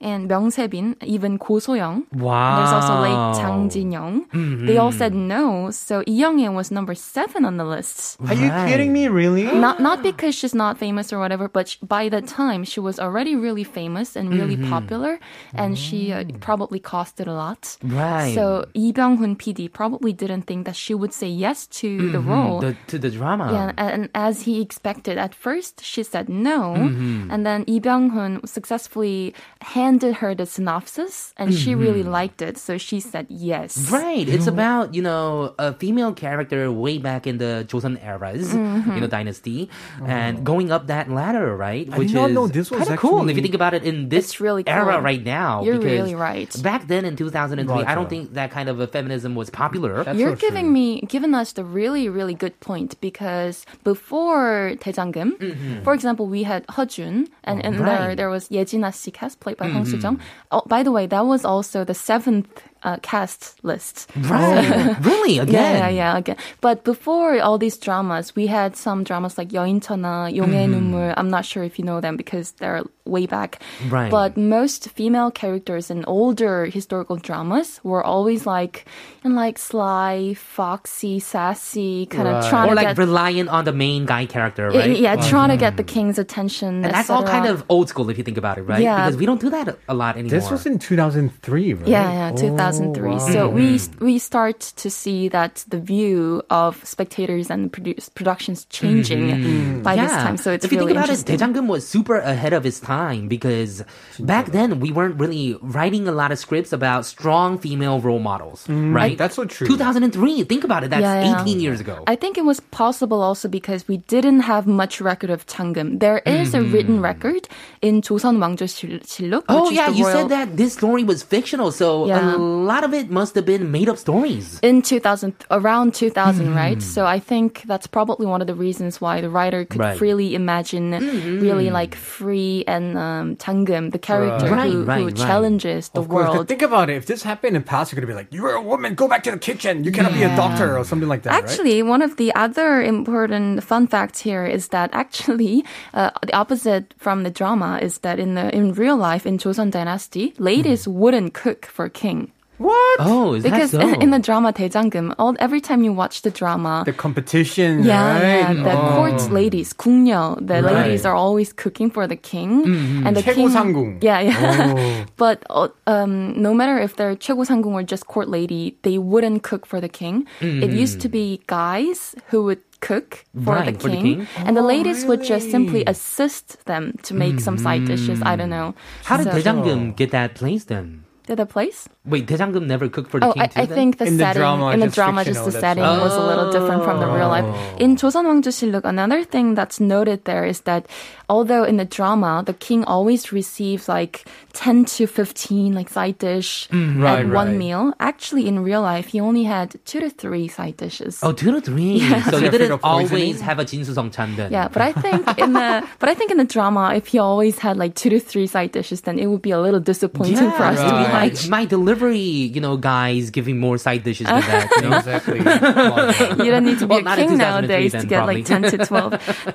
Speaker 6: and Myung Sebin, even Ko Soyoung. There's also
Speaker 2: Wow.
Speaker 6: like Jang Jin Young. They all said no, so Young was number seven on the list.
Speaker 1: Are you
Speaker 2: Right.
Speaker 1: kidding me? Really?
Speaker 6: Not not because she's not famous or whatever, but sh by the time she was already really famous and really
Speaker 2: Mm-hmm.
Speaker 6: popular, and she uh, probably costed a lot.
Speaker 2: Mm. Right.
Speaker 6: So Lee Byung Hun PD probably didn't think that she would say yes to the role.
Speaker 2: Mm-hmm. The, to the drama.
Speaker 6: yeah, and as he expected, at first she said no,
Speaker 2: Mm-hmm.
Speaker 6: and then Lee Byung Hun successfully handed her the synopsis, and she really liked it, so she said yes.
Speaker 2: Mm-hmm. Right. It's about, you know, a female character way back in the Joseon eras,
Speaker 6: Mm-hmm.
Speaker 2: you know, dynasty,
Speaker 6: Oh.
Speaker 2: and going up that ladder, right?
Speaker 1: I did not know this was
Speaker 2: kinda cool if you
Speaker 1: actually-
Speaker 2: think about it in this
Speaker 6: It's really
Speaker 2: era
Speaker 6: cool.
Speaker 2: right now.
Speaker 6: You're
Speaker 2: because
Speaker 6: really right.
Speaker 2: Back then in 2003, I
Speaker 1: Roger.
Speaker 2: don't think that kind of a feminism was popular.
Speaker 6: You're giving me, giving us the really, really good point because before Daejanggeum, for example, we had Hejun, and, and
Speaker 2: right.
Speaker 6: there there was Yejina Si cast played by Hong Soo-jung. Oh, by the way, that was also the seventh uh, cast list.
Speaker 2: Right. *laughs* really? Again?
Speaker 6: Yeah, yeah, yeah. Again, but before all these dramas, we had some dramas like 여인천하, 용의
Speaker 2: Mm-hmm.
Speaker 6: 눈물. I'm not sure if you know them because they're way back.
Speaker 2: Right.
Speaker 6: But most female characters in older historical dramas were always like, and like sly, foxy, sassy, kind of trying
Speaker 2: Or
Speaker 6: to
Speaker 2: like
Speaker 6: get,
Speaker 2: reliant on the main guy character,
Speaker 6: yeah,
Speaker 2: right?
Speaker 6: yeah, trying to get the king's attention.
Speaker 2: And that's all kind of old school if you think about it, right?
Speaker 6: Yeah.
Speaker 2: Because we don't do that a lot anymore.
Speaker 1: This was in 2003, right?
Speaker 6: Yeah, yeah,
Speaker 1: Oh,
Speaker 6: 2003. So we we start to see that the view of spectators and produce, productions changing by this time. So it's
Speaker 2: Mm-hmm. if you
Speaker 6: really
Speaker 2: think about it,
Speaker 6: interesting.
Speaker 2: Daejanggeum was super ahead of his time because back then we weren't really writing a lot of scripts about strong female role models, right?
Speaker 1: Mm-hmm. That's so true.
Speaker 2: 2003. Think about it. That's
Speaker 6: Yeah, yeah.
Speaker 2: 18 years ago.
Speaker 6: I think it was possible also because we didn't have much record of Changgum. There is a written record in 조선 왕조 실록.
Speaker 2: Mm-hmm. oh
Speaker 6: which is
Speaker 2: yeah,
Speaker 6: the
Speaker 2: you
Speaker 6: royal-
Speaker 2: said that this story was fictional, so a
Speaker 6: Yeah.
Speaker 2: lot of it must have been made up stories.
Speaker 6: in 2000 around 2000
Speaker 2: Hmm.
Speaker 6: right so i think that's probably one of the reasons why the writer could
Speaker 2: Right.
Speaker 6: freely imagine really like free and um Changgum, the character
Speaker 2: Right.
Speaker 6: who,
Speaker 2: Right, right,
Speaker 6: who
Speaker 2: right.
Speaker 6: challenges the
Speaker 1: Of course, 'cause
Speaker 6: world
Speaker 1: think about it. If this happened in past, you're gonna be like, "You're a woman. Go back to the kitchen. You cannot be a doctor or something like that." right?
Speaker 6: Actually, one of the other important fun facts here is that actually uh, the opposite from the drama is that in the in real life in Joseon Dynasty, ladies
Speaker 2: Hmm.
Speaker 6: wouldn't cook for king *laughs*
Speaker 2: Oh, is
Speaker 6: because
Speaker 2: that so?
Speaker 6: in the drama Daejanggeum, all every time you watch the drama,
Speaker 1: the competition.
Speaker 6: yeah, yeah,
Speaker 1: right? Oh.
Speaker 6: the
Speaker 2: Oh.
Speaker 6: court ladies, 궁녀, the ladies are always cooking for the king,
Speaker 2: Mm-hmm.
Speaker 6: and the king,
Speaker 1: 최고상궁.
Speaker 6: yeah,
Speaker 2: Oh.
Speaker 6: yeah. *laughs* but uh, um, no matter if they're 최고상궁 or just court lady, they wouldn't cook for the king. It used to be guys who would cook for, the,
Speaker 2: Mm-hmm. Right,
Speaker 6: king,
Speaker 2: for the king. Oh,
Speaker 6: and the ladies would just simply assist them to make some side dishes. I don't know.
Speaker 2: How did
Speaker 6: So-
Speaker 2: Daejanggeum get that place then?
Speaker 6: the other place?
Speaker 2: Wait, Daejanggeum never cooked for the
Speaker 6: Oh,
Speaker 2: king
Speaker 6: I,
Speaker 2: too.
Speaker 6: I
Speaker 2: then?
Speaker 6: think the
Speaker 1: In the
Speaker 6: setting
Speaker 1: drama,
Speaker 6: in the
Speaker 1: just
Speaker 6: drama, just
Speaker 1: fictional,
Speaker 6: the
Speaker 1: that's Oh.
Speaker 6: setting
Speaker 1: all.
Speaker 6: was a little different from the real life. In 조선 왕조실록, another thing that's noted there is that although in the drama the king always receives like ten to fifteen like side dish
Speaker 1: Mm, right,
Speaker 6: at one
Speaker 1: right.
Speaker 6: meal, actually in real life he only had two to three side dishes.
Speaker 2: Oh, two to three. So he
Speaker 1: They're afraid
Speaker 2: didn't
Speaker 1: of poisoning?
Speaker 2: always have a Jinsu Songchan then.
Speaker 6: Yeah, but I think in
Speaker 1: *laughs*
Speaker 6: the but I think in the drama, if he always had like two to three side dishes, then it would be a little disappointing
Speaker 2: Yeah,
Speaker 6: for us
Speaker 2: to be
Speaker 6: to
Speaker 2: like my delivery, you know, guys giving more side dishes than that. You
Speaker 6: *laughs*
Speaker 1: Oh,
Speaker 2: know?
Speaker 1: Exactly.
Speaker 6: be like, you don't need
Speaker 2: *laughs*
Speaker 6: to be
Speaker 2: Well,
Speaker 6: a
Speaker 2: not in 2003
Speaker 6: king nowadays
Speaker 2: then,
Speaker 6: to get like ten
Speaker 2: probably.
Speaker 6: to twelve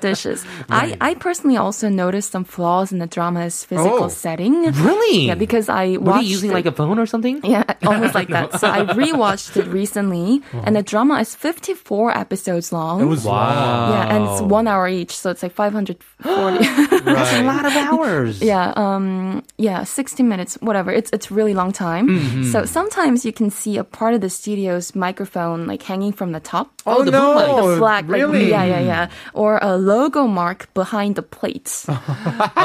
Speaker 2: *laughs*
Speaker 6: dishes. I I personally also noticed some flaws in the drama's physical
Speaker 1: Oh.
Speaker 6: setting.
Speaker 2: really?
Speaker 6: Yeah, because I
Speaker 2: were they
Speaker 6: watched
Speaker 2: using
Speaker 6: it-
Speaker 2: like a phone or something?
Speaker 6: Yeah, *laughs* almost like that. So I rewatched it recently,
Speaker 2: Oh.
Speaker 6: and the drama is 54 episodes long.
Speaker 1: It was wow.
Speaker 6: yeah, and it's one hour each, so it's like
Speaker 2: *gasps*
Speaker 6: 540.
Speaker 2: That's a lot of *laughs* hours.
Speaker 6: Yeah, um, yeah, 60 minutes, whatever. It's it's really long time.
Speaker 1: Mm-hmm.
Speaker 6: So sometimes you can see a part of the studio's microphone like hanging from the top.
Speaker 1: Oh,
Speaker 2: the
Speaker 1: no.
Speaker 2: bootleg.
Speaker 6: The flag,
Speaker 1: really?
Speaker 6: like, yeah, yeah, yeah, or a logo mark behind
Speaker 1: *laughs*
Speaker 6: the plates,
Speaker 1: Oh.
Speaker 6: *laughs*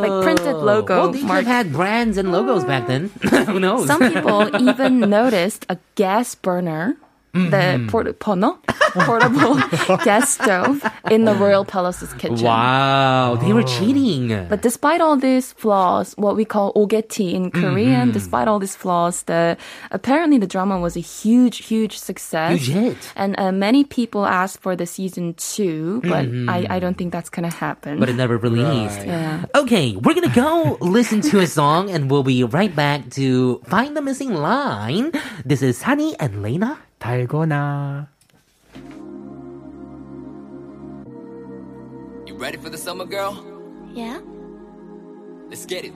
Speaker 6: like printed
Speaker 2: Well,
Speaker 6: logo
Speaker 2: they could have
Speaker 6: mark. Ah.
Speaker 2: had brands and logos back then. *laughs* Who knows?
Speaker 6: Some people
Speaker 1: *laughs*
Speaker 6: even noticed a gas burner. The
Speaker 1: Mm-hmm.
Speaker 6: port- pono, *laughs*
Speaker 1: *laughs*
Speaker 6: portable gas stove in the royal palace's kitchen.
Speaker 2: *laughs* wow, they were cheating.
Speaker 6: But despite all these flaws, what we call ogeti in
Speaker 2: Mm-hmm.
Speaker 6: Korean, despite all these flaws, the apparently the drama was a huge, huge success.
Speaker 2: Huge hit.
Speaker 6: And uh, many people asked for the season two, but I, I don't think that's gonna
Speaker 2: Mm-hmm.
Speaker 6: happen.
Speaker 2: but it never released.
Speaker 6: Yeah.
Speaker 2: Okay, we're gonna go *laughs* listen to a song and we'll be right back to find the missing line. This is Sunny and Lena.
Speaker 1: 달거나.
Speaker 7: You ready for the summer, girl?
Speaker 3: Yeah?
Speaker 7: Let's get it.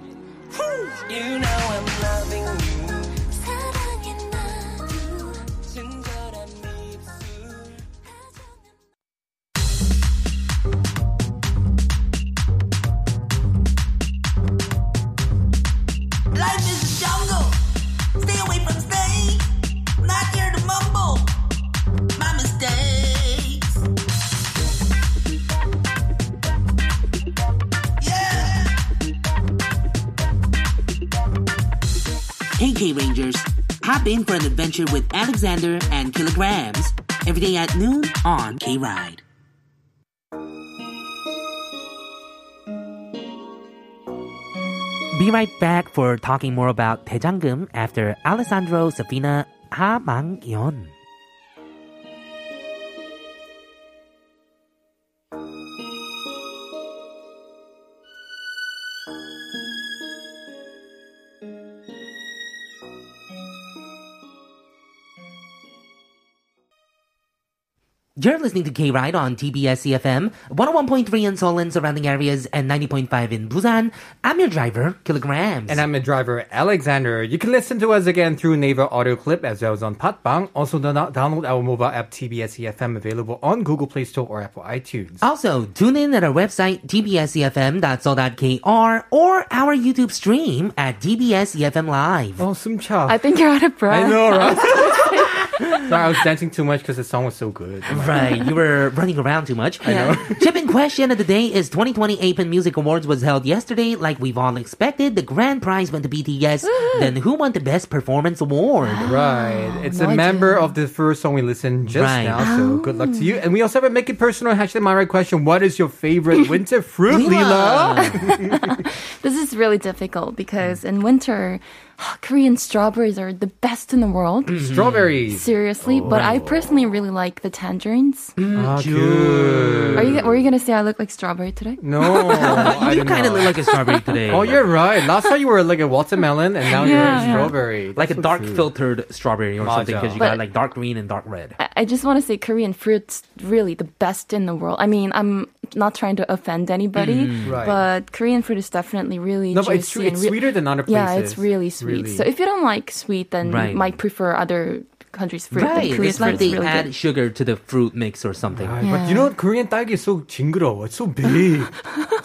Speaker 4: You know I'm loving you
Speaker 3: 사랑해 나도
Speaker 4: 친절한 입술
Speaker 3: 다정한
Speaker 8: Life is a jungle. Stay away from snakes. I'm not here to mumble my mistakes. Yeah.
Speaker 9: Hey, K Rangers. Hop in for an adventure with Alexander and Kilograms every day at noon on K Ride.
Speaker 2: Be right back for talking more about Daejanggeum after Alessandro Safina Hamangyeon. You're listening to K Ride on TBS EFM, 101.3 in Seoul and surrounding areas, and 90.5 in Busan. I'm your driver, Kilograms.
Speaker 1: And I'm a driver, Alexander. You can listen to us again through Naver Audio Clip as well as on Patbang. Also, do not download our mobile app TBS EFM E available on Google Play Store or Apple
Speaker 6: Ah,
Speaker 1: iTunes.
Speaker 2: Also, tune in at our website, E dbsefm.so.kr, or our YouTube stream at dbsefm E live.
Speaker 1: Oh, 숨차.
Speaker 6: I think you're out of breath.
Speaker 1: I know, right?
Speaker 6: *laughs*
Speaker 1: Sorry, I was dancing too much because the song was so good.
Speaker 2: Right, you were running around too much. I *laughs* know. Chip-in question of the day is 2020 APEN Music Awards was held yesterday. Like we've all expected, the grand prize went to BTS. Then who won the Best Performance Award? *gasps*
Speaker 1: Right. It's a
Speaker 6: no Oh.
Speaker 1: member of the first song we listened just
Speaker 2: Right.
Speaker 1: now, so good luck to you. And we also have a make it personal hashtag my right question. What is your
Speaker 6: *laughs*
Speaker 1: favorite winter fruit, Lila?
Speaker 6: This is really difficult because in winter, *sighs* Korean strawberries are the best in the world.
Speaker 2: Mm.
Speaker 1: Strawberries.
Speaker 6: *laughs* Seriously, but
Speaker 2: Oh.
Speaker 6: I personally really like the tangerines.
Speaker 2: Mm,
Speaker 1: Ah, good.
Speaker 6: Are you? Were you gonna say I look like strawberry today?
Speaker 1: No. I
Speaker 2: you
Speaker 1: did
Speaker 2: kind of
Speaker 1: not.
Speaker 2: look like a strawberry today.
Speaker 1: *laughs* Oh, you're right. Last time you were like a watermelon, and now
Speaker 6: Yeah, yeah.
Speaker 1: you're a strawberry.
Speaker 2: like a
Speaker 1: That's so
Speaker 2: dark
Speaker 1: true.
Speaker 2: filtered strawberry or something because you
Speaker 6: But-
Speaker 2: got like dark green and dark red.
Speaker 6: I- I just want to say Korean fruit's really the best in the world. I mean, I'm not trying to offend anybody,
Speaker 2: Mm-hmm.
Speaker 1: Right.
Speaker 6: but Korean fruit is definitely really
Speaker 1: No,
Speaker 6: juicy
Speaker 1: but it's, true.
Speaker 6: and
Speaker 1: it's
Speaker 6: re-
Speaker 1: sweeter than other places.
Speaker 6: Yeah, it's really sweet. So if you don't like sweet, then
Speaker 2: Right.
Speaker 6: you might prefer other countries' fruit. than
Speaker 2: Right,
Speaker 6: Korean
Speaker 2: it's like
Speaker 6: fruit's
Speaker 2: they
Speaker 6: really
Speaker 2: add
Speaker 6: good.
Speaker 2: sugar to the fruit mix or something.
Speaker 1: Right, But you know what? Korean 딸기 is so 징그러워. It's so
Speaker 6: *laughs*
Speaker 1: big.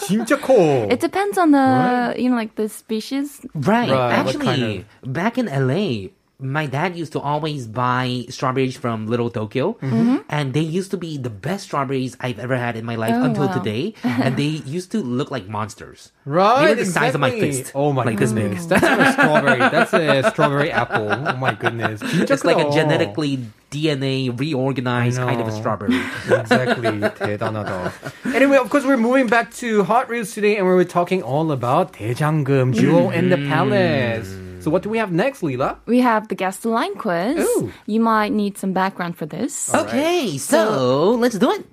Speaker 1: 진짜 커.
Speaker 6: It depends on the you know like the species.
Speaker 2: Right.
Speaker 1: Right, what
Speaker 2: Actually,
Speaker 1: kind
Speaker 2: back in LA, my dad used to always buy strawberries from Little Tokyo,
Speaker 6: Mm-hmm.
Speaker 2: and they used to be the best strawberries I've ever had in my life
Speaker 6: Oh,
Speaker 2: until
Speaker 6: wow.
Speaker 2: today.
Speaker 6: *laughs*
Speaker 2: and they used to look like monsters.
Speaker 1: Right,
Speaker 2: They were the size of my
Speaker 1: exactly.
Speaker 2: fist.
Speaker 1: Oh my
Speaker 2: like this big.
Speaker 1: goodness, that's not a strawberry. That's a strawberry apple. Oh my goodness,
Speaker 2: *laughs* Just like a
Speaker 1: 크다.
Speaker 2: genetically DNA reorganized
Speaker 1: I
Speaker 2: kind of a
Speaker 1: know. *laughs*
Speaker 2: strawberry.
Speaker 1: exactly. 대단하다. Anyway, of course, we're moving back to Hot Reels today, and we were talking all about 대장금,
Speaker 2: Mm-hmm.
Speaker 1: Jewel in the Palace. So, what do we have next, Leela?
Speaker 6: We have the guest line quiz.
Speaker 1: Ooh. Oh.
Speaker 6: You might need some background for this.
Speaker 2: Okay, so let's do it.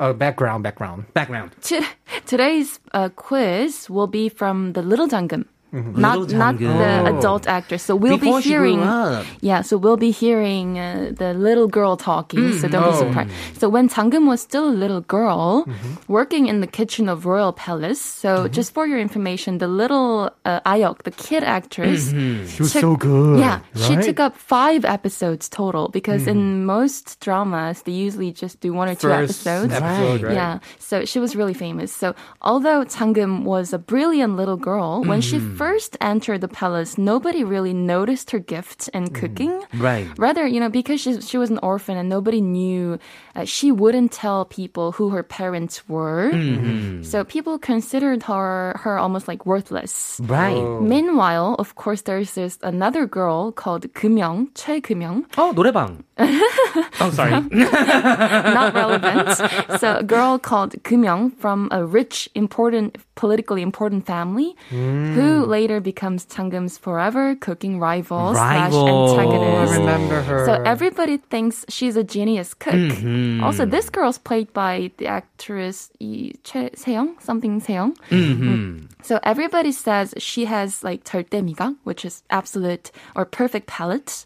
Speaker 1: Uh, background, background.
Speaker 2: Background.
Speaker 6: T- today's uh, quiz will be from the Little Dungum.
Speaker 1: Mm-hmm.
Speaker 6: Not
Speaker 2: Little
Speaker 6: not
Speaker 2: Dungum.
Speaker 1: Oh.
Speaker 6: the adult actress. So we'll
Speaker 2: Before
Speaker 6: be
Speaker 2: she grew
Speaker 6: hearing
Speaker 2: up.
Speaker 6: Yeah, so we'll be hearing uh, the little girl talking. So don't be surprised. So when Tangum was still a little girl, working in the kitchen of royal palace. So just for your information, the little uh, Ayok, the kid actress,
Speaker 1: She was
Speaker 6: took-
Speaker 1: so good.
Speaker 6: Yeah, she
Speaker 1: right?
Speaker 6: took up five episodes total because in most dramas they usually just do one or two
Speaker 1: first
Speaker 6: episodes.
Speaker 1: episode, right?
Speaker 6: Yeah, so she was really famous. So although Changgum was a brilliant little girl, when she
Speaker 2: Mm-hmm.
Speaker 6: first entered the palace, nobody really noticed her gift in cooking.
Speaker 2: Mm. Right.
Speaker 6: Rather, you know, because she, she was an orphan and nobody knew, uh, she wouldn't tell people who her parents were.
Speaker 2: Mm-hmm.
Speaker 6: So people considered her her almost like worthless.
Speaker 2: Right.
Speaker 6: Meanwhile, of course, there's this another girl called Kumyoung, Choi Kumyoung,
Speaker 2: Oh, 노래방.
Speaker 6: *laughs*
Speaker 2: oh, sorry.
Speaker 6: not relevant. so a girl called Kumyoung from a rich, important, politically important family,
Speaker 1: Mm.
Speaker 6: who later becomes Changgum's forever cooking rival slash
Speaker 2: Rival.
Speaker 1: I
Speaker 6: antagonist.
Speaker 1: remember her.
Speaker 6: So everybody thinks she's a genius cook. Also, this girl's played by the actress Lee Che Seong, something Seong. So everybody says she has like 절대미각, which is absolute or perfect palate,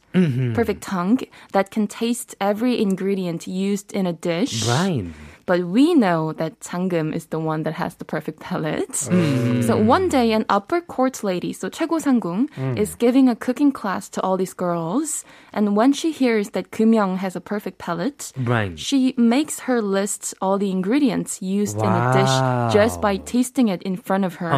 Speaker 6: perfect tongue that can taste every ingredient used in a dish.
Speaker 2: right.
Speaker 6: But we know that Changgum is the one that has the perfect palate. So one day, an upper court lady, so 최고상궁, is giving a cooking class to all these girls. And when she hears that Kumyoung has a perfect palate,
Speaker 2: Right.
Speaker 6: she makes her list all the ingredients used in a dish just by tasting it in front of her.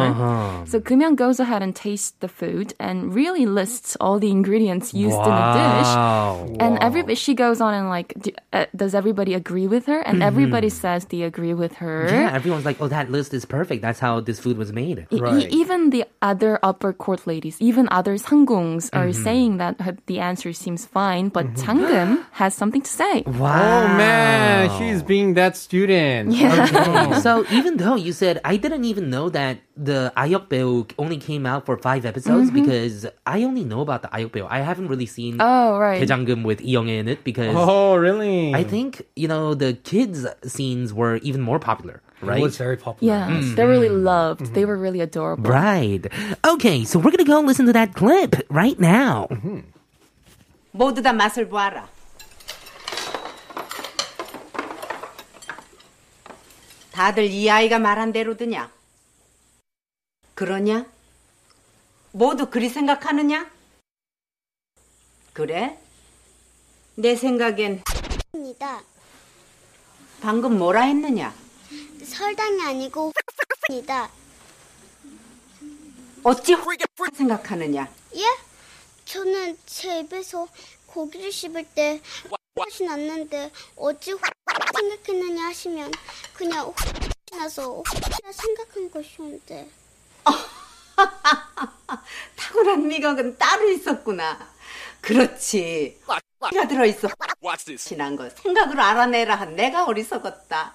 Speaker 6: So Kumyeong goes ahead and tastes the food and really lists all the ingredients used in a dish.
Speaker 2: Wow.
Speaker 6: And everybody, she goes on and like, do, uh, does everybody agree with her? And everybody says they agree with her.
Speaker 2: Mm-hmm. Yeah, everyone's like, oh, that list is perfect. That's how this food was made.
Speaker 6: E- e- even the other upper court ladies, even other sangungs are
Speaker 2: Mm-hmm.
Speaker 6: saying that her, the answer seems fine, but Changgum has something to say.
Speaker 1: Oh man, she's being that student.
Speaker 2: *laughs* Okay, so even though you said I didn't even know that the Ayok Beo only came out for five episodes
Speaker 6: Mm-hmm.
Speaker 2: because I only know about the Ayok Beo. I haven't really seen
Speaker 6: Oh, right.
Speaker 2: Daejanggeum with Lee Young in it because
Speaker 1: Oh really?
Speaker 2: I think you know the kids scenes were even more popular, right?
Speaker 1: it was very popular.
Speaker 6: Yeah,
Speaker 2: Mm-hmm.
Speaker 6: they're really loved. They were really adorable.
Speaker 2: Right. Okay, so we're gonna go listen to that clip right now.
Speaker 8: 모두 다 맛을 보아라. 다들 이 아이가 말한 대로 드냐? 그러냐? 모두 그리 생각하느냐? 그래? 내 생각엔
Speaker 3: 입니다.
Speaker 8: 방금 뭐라 했느냐?
Speaker 3: 설당이 아니고 입니다.
Speaker 8: 어찌 생각하느냐?
Speaker 3: 예? 저는 제 입에서 고기를 씹을 때 맛이 났는데 어찌 생각했느냐 하시면 그냥 나서 생각한 것이었는데
Speaker 8: *laughs* 타고난 미각은 따로 있었구나. 그렇지. 가 들어있어. 지난 거 생각으로 알아내라 한 내가 어리석었다.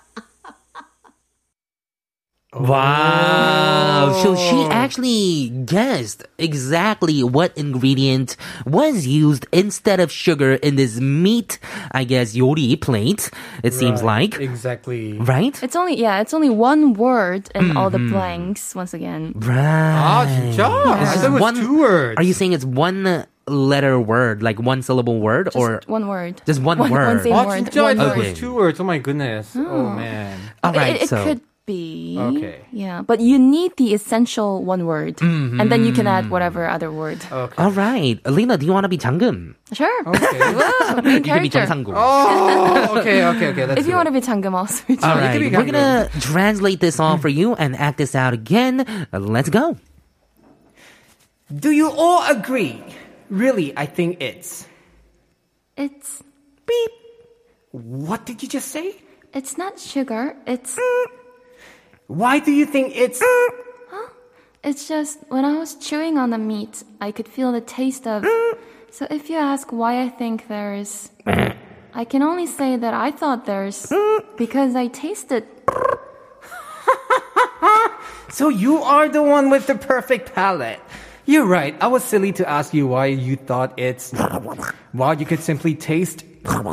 Speaker 2: Wow. So she
Speaker 6: Oh.
Speaker 2: actually guessed exactly what ingredient was used instead of sugar in this meat, I guess, yori plate, it seems like.
Speaker 1: exactly.
Speaker 2: Right?
Speaker 6: It's only yeah, it's only one word in all
Speaker 2: Mm-hmm.
Speaker 6: the blanks. Once again,
Speaker 1: Ah,
Speaker 2: Right.
Speaker 1: 진짜? I thought it was
Speaker 2: one-
Speaker 1: two words.
Speaker 2: Are you saying it's one letter word, like one syllable word, or
Speaker 6: just one word.
Speaker 2: just one,
Speaker 6: one-
Speaker 2: word?
Speaker 6: one same-
Speaker 1: Oh,
Speaker 6: word,
Speaker 1: 진짜, I
Speaker 6: one
Speaker 1: thought it
Speaker 2: word.
Speaker 1: was two words. Oh my goodness. Oh man.
Speaker 2: All
Speaker 6: It-
Speaker 2: right,
Speaker 6: it, it
Speaker 2: so.
Speaker 6: could be.
Speaker 1: Okay. Mm-hmm.
Speaker 6: Yeah, but you need the essential one word, and then you can add whatever other word.
Speaker 2: All right. Alina, do you want to be Changgum?
Speaker 6: Sure.
Speaker 1: Oh. Okay.
Speaker 6: *laughs* Whoa,
Speaker 2: *laughs* You
Speaker 6: main
Speaker 2: can be
Speaker 6: character.
Speaker 2: Jeongsanggum.
Speaker 1: *laughs* Oh, okay, okay, okay. Let's
Speaker 6: If you
Speaker 1: do
Speaker 6: want
Speaker 1: it.
Speaker 6: to be Changgum, *laughs* also. be
Speaker 2: All
Speaker 6: Changgum.
Speaker 2: right,
Speaker 1: be
Speaker 2: we're gonna translate this all for you and act this out again. Uh, Let's go.
Speaker 4: Do you all agree
Speaker 1: Really, I think it's.
Speaker 6: It's
Speaker 1: Beep. What did you just say?
Speaker 6: it's not sugar. It's
Speaker 1: Why do you think it's.
Speaker 6: it's just when I was chewing on the meat, I could feel the taste of. So if you ask why I think there is, I can only say that I thought there's because I tasted.
Speaker 1: So you are the one with the perfect palate. You're right. I was silly to ask you why you thought it's. Wow, you could simply taste.
Speaker 2: Okay,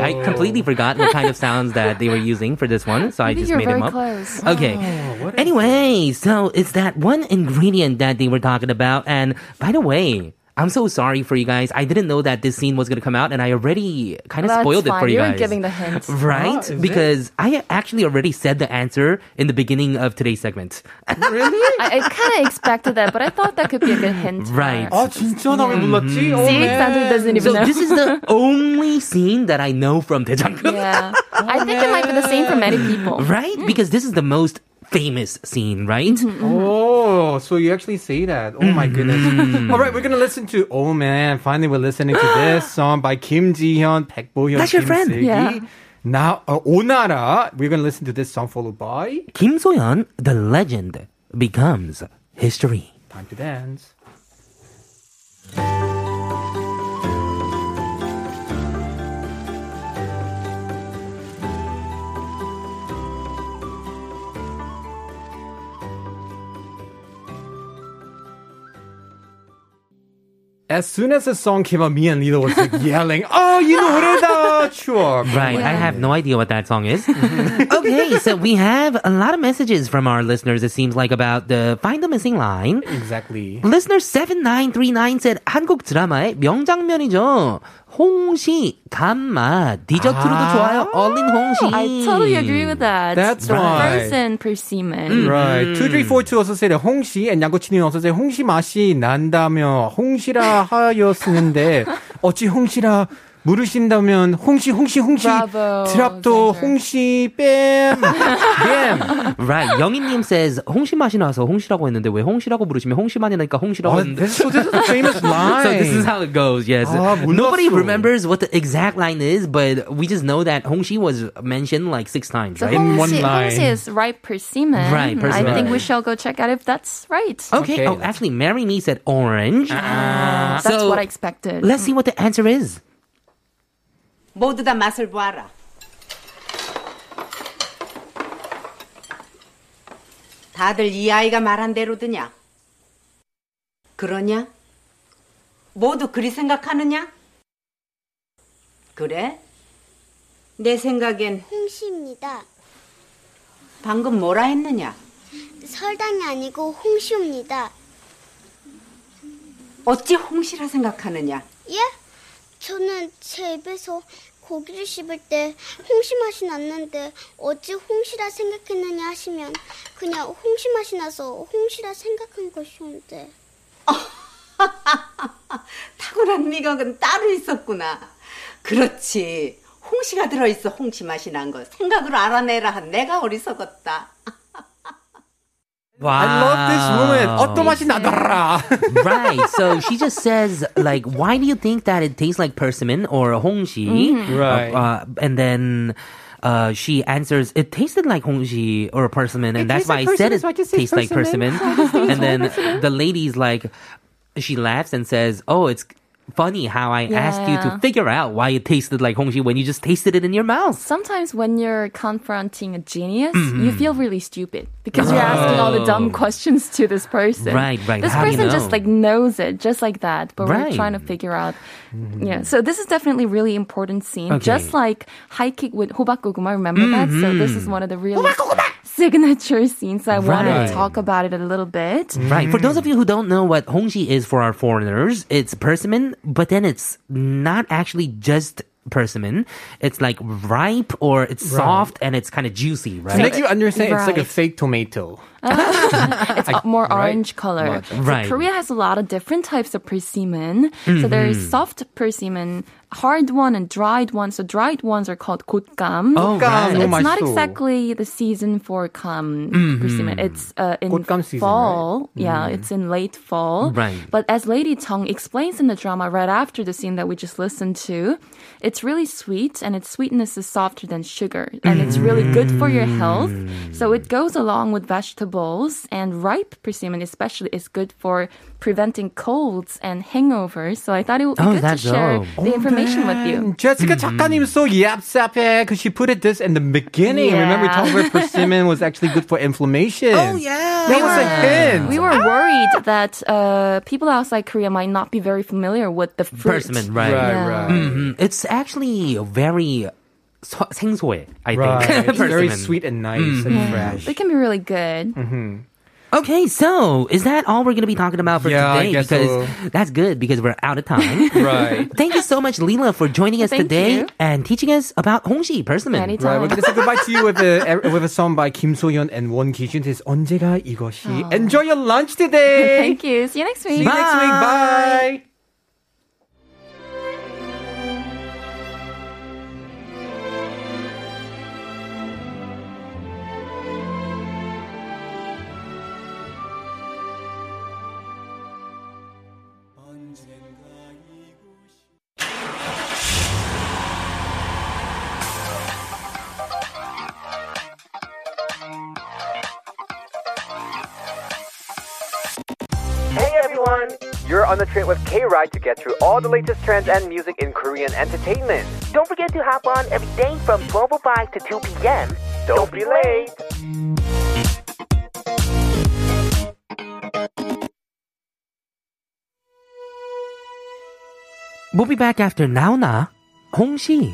Speaker 2: I completely forgot what
Speaker 6: *laughs*
Speaker 2: kind of sounds that they were using for this one, so I
Speaker 6: think
Speaker 2: just
Speaker 6: Oh. you're
Speaker 2: made them
Speaker 6: very
Speaker 2: up.
Speaker 6: close. Oh,
Speaker 2: Okay. anyway, so it's that one ingredient that they were talking about, and by the way. I'm so sorry for you guys. I didn't know that this scene was going to come out, and I already kind of
Speaker 6: That's
Speaker 2: spoiled it
Speaker 6: fine.
Speaker 2: for you
Speaker 6: You're
Speaker 2: guys.
Speaker 6: giving the Oh, hint.
Speaker 1: Ah,
Speaker 2: *laughs* right?
Speaker 1: is it?
Speaker 2: because I actually already said the answer in the beginning of today's segment.
Speaker 1: *laughs* Really?
Speaker 6: I, I kind of expected that, but I thought that could be
Speaker 2: *laughs*
Speaker 6: a good hint.
Speaker 2: Right.
Speaker 1: 아 진짜 나왜 몰랐지? Oh, 어,
Speaker 6: See, Sandra doesn't
Speaker 2: so
Speaker 6: even know.
Speaker 2: this is the only scene that I know from Daejanggeum.
Speaker 6: *laughs* yeah, I think it might be the same for many people.
Speaker 2: Right? Because this is the most famous scene, right?
Speaker 6: Mm-hmm.
Speaker 1: Oh, so you actually say that. Oh
Speaker 2: Mm-hmm.
Speaker 1: my goodness. All right, we're going to listen to Oh man, finally we're listening
Speaker 2: *gasps*
Speaker 1: to this song by Kim Ji-hyun, Baek Bo-hyun,
Speaker 2: That's your
Speaker 1: Kim
Speaker 2: friend.
Speaker 1: Se-gi.
Speaker 6: Yeah.
Speaker 1: Now, uh, Onara, we're going to listen to this song followed by
Speaker 2: Kim Soyeon, the legend, becomes history.
Speaker 1: Time to Dance. As soon as the song came out, me and Lilo was like *laughs* yelling, "Oh, you know what Sure,
Speaker 2: Right, I have no idea what that song is. *laughs* okay, so we have a lot of messages from our listeners, it seems like, about the Find the Missing Line.
Speaker 1: exactly.
Speaker 2: Listener 7939 said 한국 드라마의 명장면이죠. 홍시, 단맛, 디저트로도
Speaker 1: 아.
Speaker 2: 좋아요. 얼린 홍시.
Speaker 6: I totally agree with that.
Speaker 1: That's
Speaker 6: the
Speaker 1: right.
Speaker 6: person persimmon.
Speaker 2: 음.
Speaker 1: Right. 2342 also said 홍시 and 양고치님 also said 홍시 맛이 난다며 홍시라 하여
Speaker 2: *laughs*
Speaker 1: 쓰는데 어찌 홍시라 물으신다면 홍시 홍시 홍시
Speaker 6: Bravo,
Speaker 1: 드랍도
Speaker 6: Xander.
Speaker 1: 홍시 뺨
Speaker 2: *laughs*
Speaker 1: 뺨.
Speaker 2: Right. 영희님 says 홍시 맛이 나서 홍시라고 했는데 왜 홍시라고 부르시면 홍시만이 나니까 홍시라고
Speaker 1: Oh,
Speaker 2: 했는데.
Speaker 1: this, so this is a famous line.
Speaker 2: 어, *laughs* So this is how it goes. Yes.
Speaker 1: Ah,
Speaker 2: Nobody
Speaker 1: 몰랐어.
Speaker 2: remembers what the exact line is, but we just know that Hongshi was mentioned like six times,
Speaker 6: So
Speaker 2: right?
Speaker 1: In
Speaker 6: Hongsi-
Speaker 1: one line.
Speaker 6: Hongsi is right persimmon.
Speaker 2: Right, persimmon.
Speaker 6: I think we
Speaker 1: Right.
Speaker 6: shall go check out if that's right.
Speaker 1: Okay.
Speaker 2: Okay.
Speaker 1: Ah.
Speaker 2: Oh, actually, marry me said orange.
Speaker 6: That's
Speaker 2: so
Speaker 6: what I expected.
Speaker 2: let's see what the answer is.
Speaker 8: 모두 다 맛을 보아라. 다들 이 아이가 말한 대로 드냐? 그러냐? 모두 그리 생각하느냐? 그래? 내 생각엔
Speaker 10: 홍시입니다.
Speaker 8: 방금 뭐라 했느냐?
Speaker 10: 설당이 아니고 홍시입니다.
Speaker 8: 어찌 홍시라 생각하느냐?
Speaker 10: 예? 저는 제 입에서 고기를 씹을 때 홍시 맛이 났는데 어찌 홍시라 생각했느냐 하시면 그냥 홍시 맛이 나서 홍시라 생각한 것이온데
Speaker 8: 타고난 미각은 따로 있었구나. 그렇지. 홍시가 들어있어 홍시 맛이 난 거 생각으로 알아내라 한 내가 어리석었다.
Speaker 2: Wow.
Speaker 1: I love
Speaker 2: Ah.
Speaker 1: this woman. Oh, 어떤 맛이 나더라.
Speaker 2: right. So she just says, like, why do you think that it tastes like persimmon or hongshi?
Speaker 1: Mm-hmm. Right.
Speaker 2: Uh, and then uh, she answers, it tasted like hongshi or persimmon. And that's
Speaker 1: tastes
Speaker 2: why
Speaker 1: like
Speaker 2: I said
Speaker 1: persimmon,
Speaker 2: it
Speaker 1: so I just say
Speaker 2: tastes like persimmon.
Speaker 1: *laughs*
Speaker 2: and then the lady's like, she laughs and says, oh, it's funny how I asked you to
Speaker 6: Yeah.
Speaker 2: figure out why it tasted like hongshi when you just tasted it in your mouth.
Speaker 6: Sometimes when you're confronting a genius,
Speaker 2: Mm-hmm.
Speaker 6: you feel really stupid because you're asking all the dumb questions to this
Speaker 2: Oh.
Speaker 6: person.
Speaker 2: Right, right.
Speaker 6: This
Speaker 2: How do you
Speaker 6: person just
Speaker 2: know?
Speaker 6: like knows it, just like that. But
Speaker 2: Right. Mm-hmm.
Speaker 6: we're trying to figure out. Yeah. So this is definitely really important scene.
Speaker 2: Okay.
Speaker 6: Just like high kick with Hobakuguma, remember that? So this is one of the really signature scenes. I want
Speaker 2: Mm-hmm. Right.
Speaker 6: to talk about it a little bit.
Speaker 2: Right. For
Speaker 1: Mm.
Speaker 2: those of you who don't know what hongshi is for our foreigners, it's persimmon, but then it's not actually just persimmon. It's like ripe or it's soft and it's kind of juicy, right?
Speaker 1: Make you understand, it's like a
Speaker 6: Right.
Speaker 2: *laughs*
Speaker 1: fake tomato.
Speaker 6: it's Uh, more orange color.
Speaker 2: 맞아. Right.
Speaker 6: So Korea has a lot of different types of persimmon. So there's
Speaker 2: Mhm.
Speaker 6: soft persimmon, hard one, and dried one. So dried ones are called 곶감.
Speaker 2: Oh, right.
Speaker 6: So it's
Speaker 2: 너무
Speaker 6: not
Speaker 2: 맛있어.
Speaker 6: exactly the season for 감
Speaker 2: Mhm.
Speaker 6: persimmon. It's uh, in
Speaker 2: 곶감 season,
Speaker 6: fall.
Speaker 2: right?
Speaker 6: Yeah,
Speaker 2: Mhm.
Speaker 6: it's in late fall.
Speaker 2: Right.
Speaker 6: But as Lady Tong explains in the drama right after the scene that we just listened to, it's really sweet and its sweetness is softer than sugar. And it's really good for your health. So it goes along with vegetables and ripe persimmon especially is good for preventing colds and hangovers. So I thought it would be
Speaker 1: Oh,
Speaker 6: good to
Speaker 1: that's
Speaker 6: share
Speaker 1: dope.
Speaker 6: the information with
Speaker 2: Oh,
Speaker 6: you.
Speaker 1: Mm, Jessica 작가님 so yapsap해 because she put it this in the beginning.
Speaker 6: Yeah.
Speaker 1: Remember, talking about persimmon was actually good for inflammation. Oh
Speaker 9: yeah,
Speaker 1: that was a hint.
Speaker 6: We were worried that uh, people outside Korea might not be very familiar with the fruit.
Speaker 2: Persimmon, right?
Speaker 6: Right, Yeah. right.
Speaker 2: Mhm. It's actually very so- 생소해, I think.
Speaker 1: *laughs*
Speaker 2: *laughs*
Speaker 1: Right. It's very
Speaker 2: Persimmon.
Speaker 1: sweet and nice and
Speaker 2: Mhm.
Speaker 1: fresh.
Speaker 6: It can be really good.
Speaker 2: Mm-hmm. Okay, so is that all we're going to be talking about for
Speaker 1: Yeah, I
Speaker 2: today?
Speaker 1: guess
Speaker 2: because
Speaker 1: so.
Speaker 2: that's good because we're out of
Speaker 1: *laughs*
Speaker 2: time.
Speaker 1: Right.
Speaker 2: Thank you so much, Leela, for joining us
Speaker 6: Thank
Speaker 2: today
Speaker 6: you.
Speaker 2: and teaching us about Hongshi Persimmon.
Speaker 1: Right, we're gonna say goodbye to you with a e, with a song by Kim Soyeon and Won Kijun. This is 언제가 이것이. Enjoy your lunch today.
Speaker 6: *laughs* Thank you. See you next week.
Speaker 1: See you next week. Bye.
Speaker 11: *laughs* Hey everyone! You're on the train with K Ride to get through all the latest trends and music in Korean entertainment.
Speaker 9: Don't forget to hop on every day from 12.05 to 2 p.m.
Speaker 11: Don't be late!
Speaker 2: We'll be back after Naona Hongshi.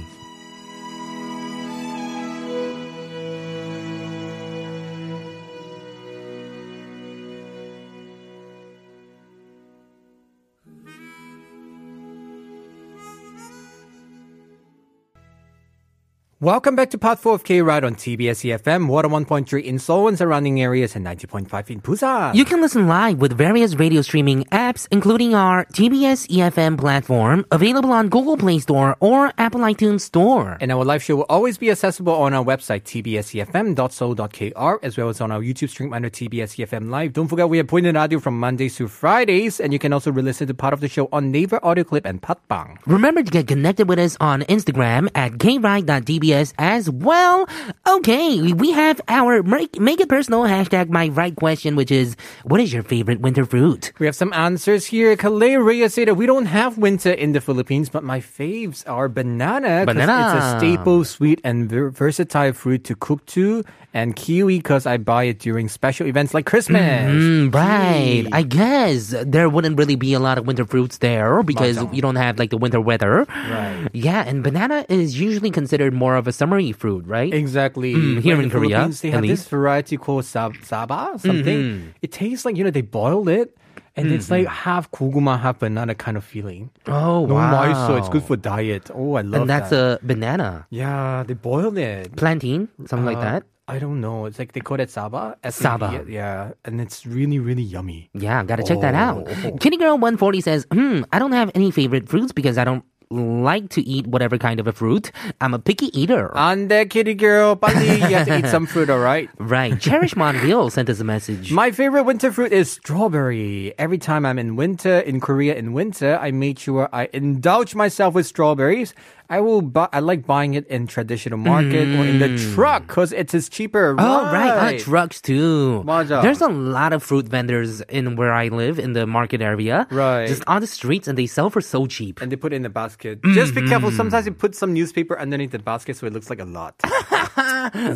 Speaker 1: Welcome back to Part 4 of K-Ride on TBS EFM, 101.3 in Seoul and surrounding areas, and 90.5 in Busan.
Speaker 2: You can listen live with various radio streaming apps, including our TBS EFM E platform, available on Google Play Store or Apple iTunes Store.
Speaker 1: and our live show will always be accessible on our website, tbsefm.so.kr, as well as on our YouTube stream under TBS EFM E Live. Don't forget, we have Point Radio from Mondays to Fridays, and you can also re-listen to part of the show on Naver Audio Clip and Patbang.
Speaker 2: Remember to get connected with us on Instagram at kride.dbs as well. Okay, we have our make, make it personal hashtag my right question, which is what is your favorite winter fruit?
Speaker 1: We have some answers here. Kalei Reyes said that we don't have winter in the Philippines, but my faves are banana. 'cause
Speaker 2: Banana.
Speaker 1: It's a staple, sweet, and ver- versatile fruit to cook to. And kiwi because I buy it during special events like Christmas.
Speaker 2: Mm, right. I guess there wouldn't really be a lot of winter fruits there because
Speaker 1: 맞아.
Speaker 2: you don't have like the winter weather.
Speaker 1: Right.
Speaker 2: Yeah, and banana is usually considered more of a summery fruit, right?
Speaker 1: Exactly.
Speaker 2: Mm, here
Speaker 1: Like
Speaker 2: in
Speaker 1: the
Speaker 2: Korea,
Speaker 1: Philippines, they
Speaker 2: at
Speaker 1: have
Speaker 2: least. Mm-hmm.
Speaker 1: this variety called sab- saba, something. It tastes like, you know, they boil it. And it's like half kuguma, half banana kind of feeling.
Speaker 2: Oh,
Speaker 1: 너무
Speaker 2: wow.
Speaker 1: 맛있어. It's good for diet. Oh, I love
Speaker 2: and that's
Speaker 1: that.
Speaker 2: a banana,
Speaker 1: yeah, they boil it.
Speaker 2: plantain, something like
Speaker 1: Uh,
Speaker 2: that.
Speaker 1: I don't know. It's like they call it Saba.
Speaker 2: Saba.
Speaker 1: E. Yeah. And it's really, really yummy.
Speaker 2: Yeah, gotta check that out.
Speaker 1: Oh.
Speaker 2: Kitty Girl 140 says, hmm, I don't have any favorite fruits because I don't like to eat whatever kind of a fruit. I'm a picky eater.
Speaker 1: On there, kitty girl. 빨리, you have to eat some fruit, all right?
Speaker 2: right.
Speaker 1: *laughs*
Speaker 2: Cherish Monreal sent us a message.
Speaker 1: My favorite winter fruit is strawberry. Every time I'm in winter, in Korea in winter, I make sure I indulge myself with strawberries. I will buy, I like buying it in traditional market or in the truck because it is cheaper.
Speaker 2: Mm. Oh, right. On trucks too.
Speaker 1: 맞아.
Speaker 2: There's a lot of fruit vendors in where I live in the market area.
Speaker 1: Right.
Speaker 2: Just on the streets and they sell for so cheap.
Speaker 1: And they put it in the basket. Just be careful.
Speaker 2: Mm-hmm.
Speaker 1: Sometimes you put some newspaper underneath the basket so it looks like a lot.
Speaker 2: *laughs*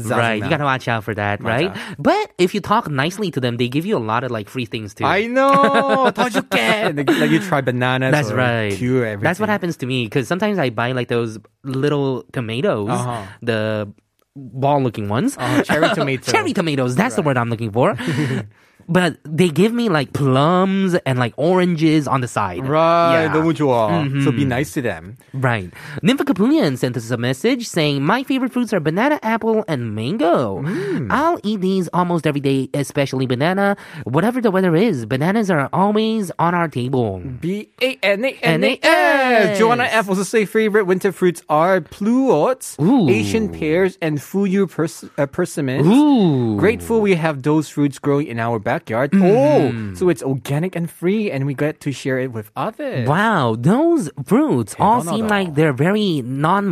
Speaker 2: Right. You gotta watch out for that, right? But if you talk nicely to them, they give you a lot of like free things too.
Speaker 1: I
Speaker 2: *laughs*
Speaker 1: know. 더 *laughs* 줄게. And they- like you try bananas.
Speaker 2: That's
Speaker 1: or
Speaker 2: right.
Speaker 1: Cure everything.
Speaker 2: That's what happens to me because sometimes I buy like those little tomatoes,
Speaker 1: Uh-huh.
Speaker 2: the ball looking ones.
Speaker 1: Uh, cherry tomato. *laughs*
Speaker 2: *laughs* Cherry tomatoes, that's the word I'm looking for. but they give me like plums and like oranges on the side.
Speaker 1: Right, 너무 좋아.
Speaker 2: Mhm.
Speaker 1: So be nice to them.
Speaker 2: Right. Nymphacapulian sent us a message saying, My favorite fruits are banana, apple, and mango.
Speaker 1: Mm.
Speaker 2: I'll eat these almost every day, especially banana. Whatever the weather is, bananas are always on our table.
Speaker 1: B A N A N A F. Joanna F also say favorite winter fruits are pluots, Asian pears, and fuyu pers- uh, persimmons.
Speaker 2: Ooh.
Speaker 1: Grateful we have those fruits growing in our backyard. Oh,
Speaker 2: Mm-hmm.
Speaker 1: so it's organic and free, and we get to share it with others.
Speaker 2: Wow, those fruits all seem
Speaker 1: 대단하다.
Speaker 2: like they're very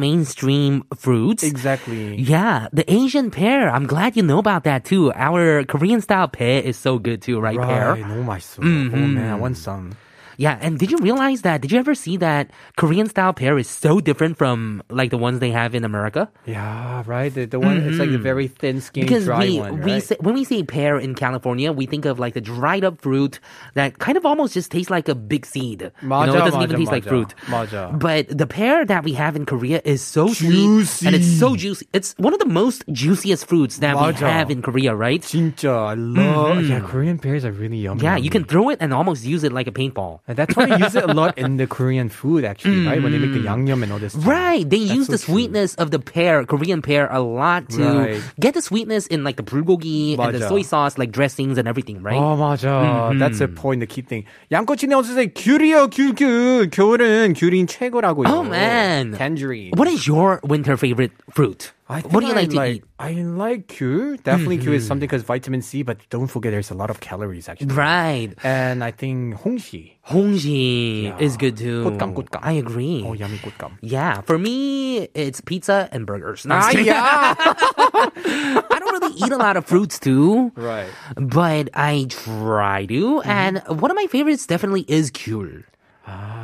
Speaker 2: non-mainstream fruits.
Speaker 1: Exactly.
Speaker 2: Yeah, the Asian pear. I'm glad you know about that too. Our Korean style pear is so good too, right? Mm-hmm. Pear.
Speaker 1: Right. Oh my soul. Oh man, I want some.
Speaker 2: Yeah, and did you realize that? Did you ever see that Korean style pear is so different from like the ones they have in America?
Speaker 1: Yeah, right. The, the one it's like the very thin, skinny,
Speaker 2: Mm-hmm. Because
Speaker 1: dry
Speaker 2: we,
Speaker 1: one.
Speaker 2: we
Speaker 1: right?
Speaker 2: say, when we say pear in California, we think of like the dried up fruit that kind of almost just tastes like a big seed. you know, it
Speaker 1: Maja,
Speaker 2: doesn't
Speaker 1: maja,
Speaker 2: even taste like
Speaker 1: maja,
Speaker 2: fruit.
Speaker 1: maja.
Speaker 2: But the pear that we have in Korea is so juicy. and it's so juicy. It's one of the most juiciest fruits that we
Speaker 1: Maja.
Speaker 2: have in Korea, right? Mm-hmm.
Speaker 1: 진짜, I love. Yeah, Korean pears are really yummy.
Speaker 2: Yeah, you can throw it and almost use it like a paintball.
Speaker 1: And that's why they use it a lot in the Korean food, actually, right? When they make the yangnyeom and all this. stuff.
Speaker 2: Right, they use
Speaker 1: so
Speaker 2: the sweetness of the pear, Korean pear, a lot to
Speaker 1: Right.
Speaker 2: get the sweetness in like the bulgogi and the
Speaker 1: 맞아.
Speaker 2: soy sauce, like dressings and everything, right?
Speaker 1: 어 Oh, 맞아. That's the point, the key thing. 양꼬치네 어서세 귤이요, 귤, 귤. 겨울은 귤이 최고라고요.
Speaker 2: Oh, man.
Speaker 1: tangerine.
Speaker 2: What is your winter favorite fruit?
Speaker 1: I think
Speaker 2: what do you
Speaker 1: I
Speaker 2: like, to eat?
Speaker 1: I like 귤. Definitely 귤 is something because vitamin C, but don't forget there's a lot of calories actually.
Speaker 2: Right,
Speaker 1: And I think 홍시.
Speaker 2: hongji is good too.
Speaker 1: 꽃감, 꽃감.
Speaker 2: I agree.
Speaker 1: Oh, yummy 꽃감.
Speaker 2: Yeah, for me, it's pizza and burgers. No, I'm
Speaker 1: Ah,
Speaker 2: *laughs* just
Speaker 1: *laughs*
Speaker 2: kidding.
Speaker 1: yeah.
Speaker 2: I don't really eat a lot of fruits too,
Speaker 1: right. Mm-hmm.
Speaker 2: but I try to. And one of my favorites definitely is kyul.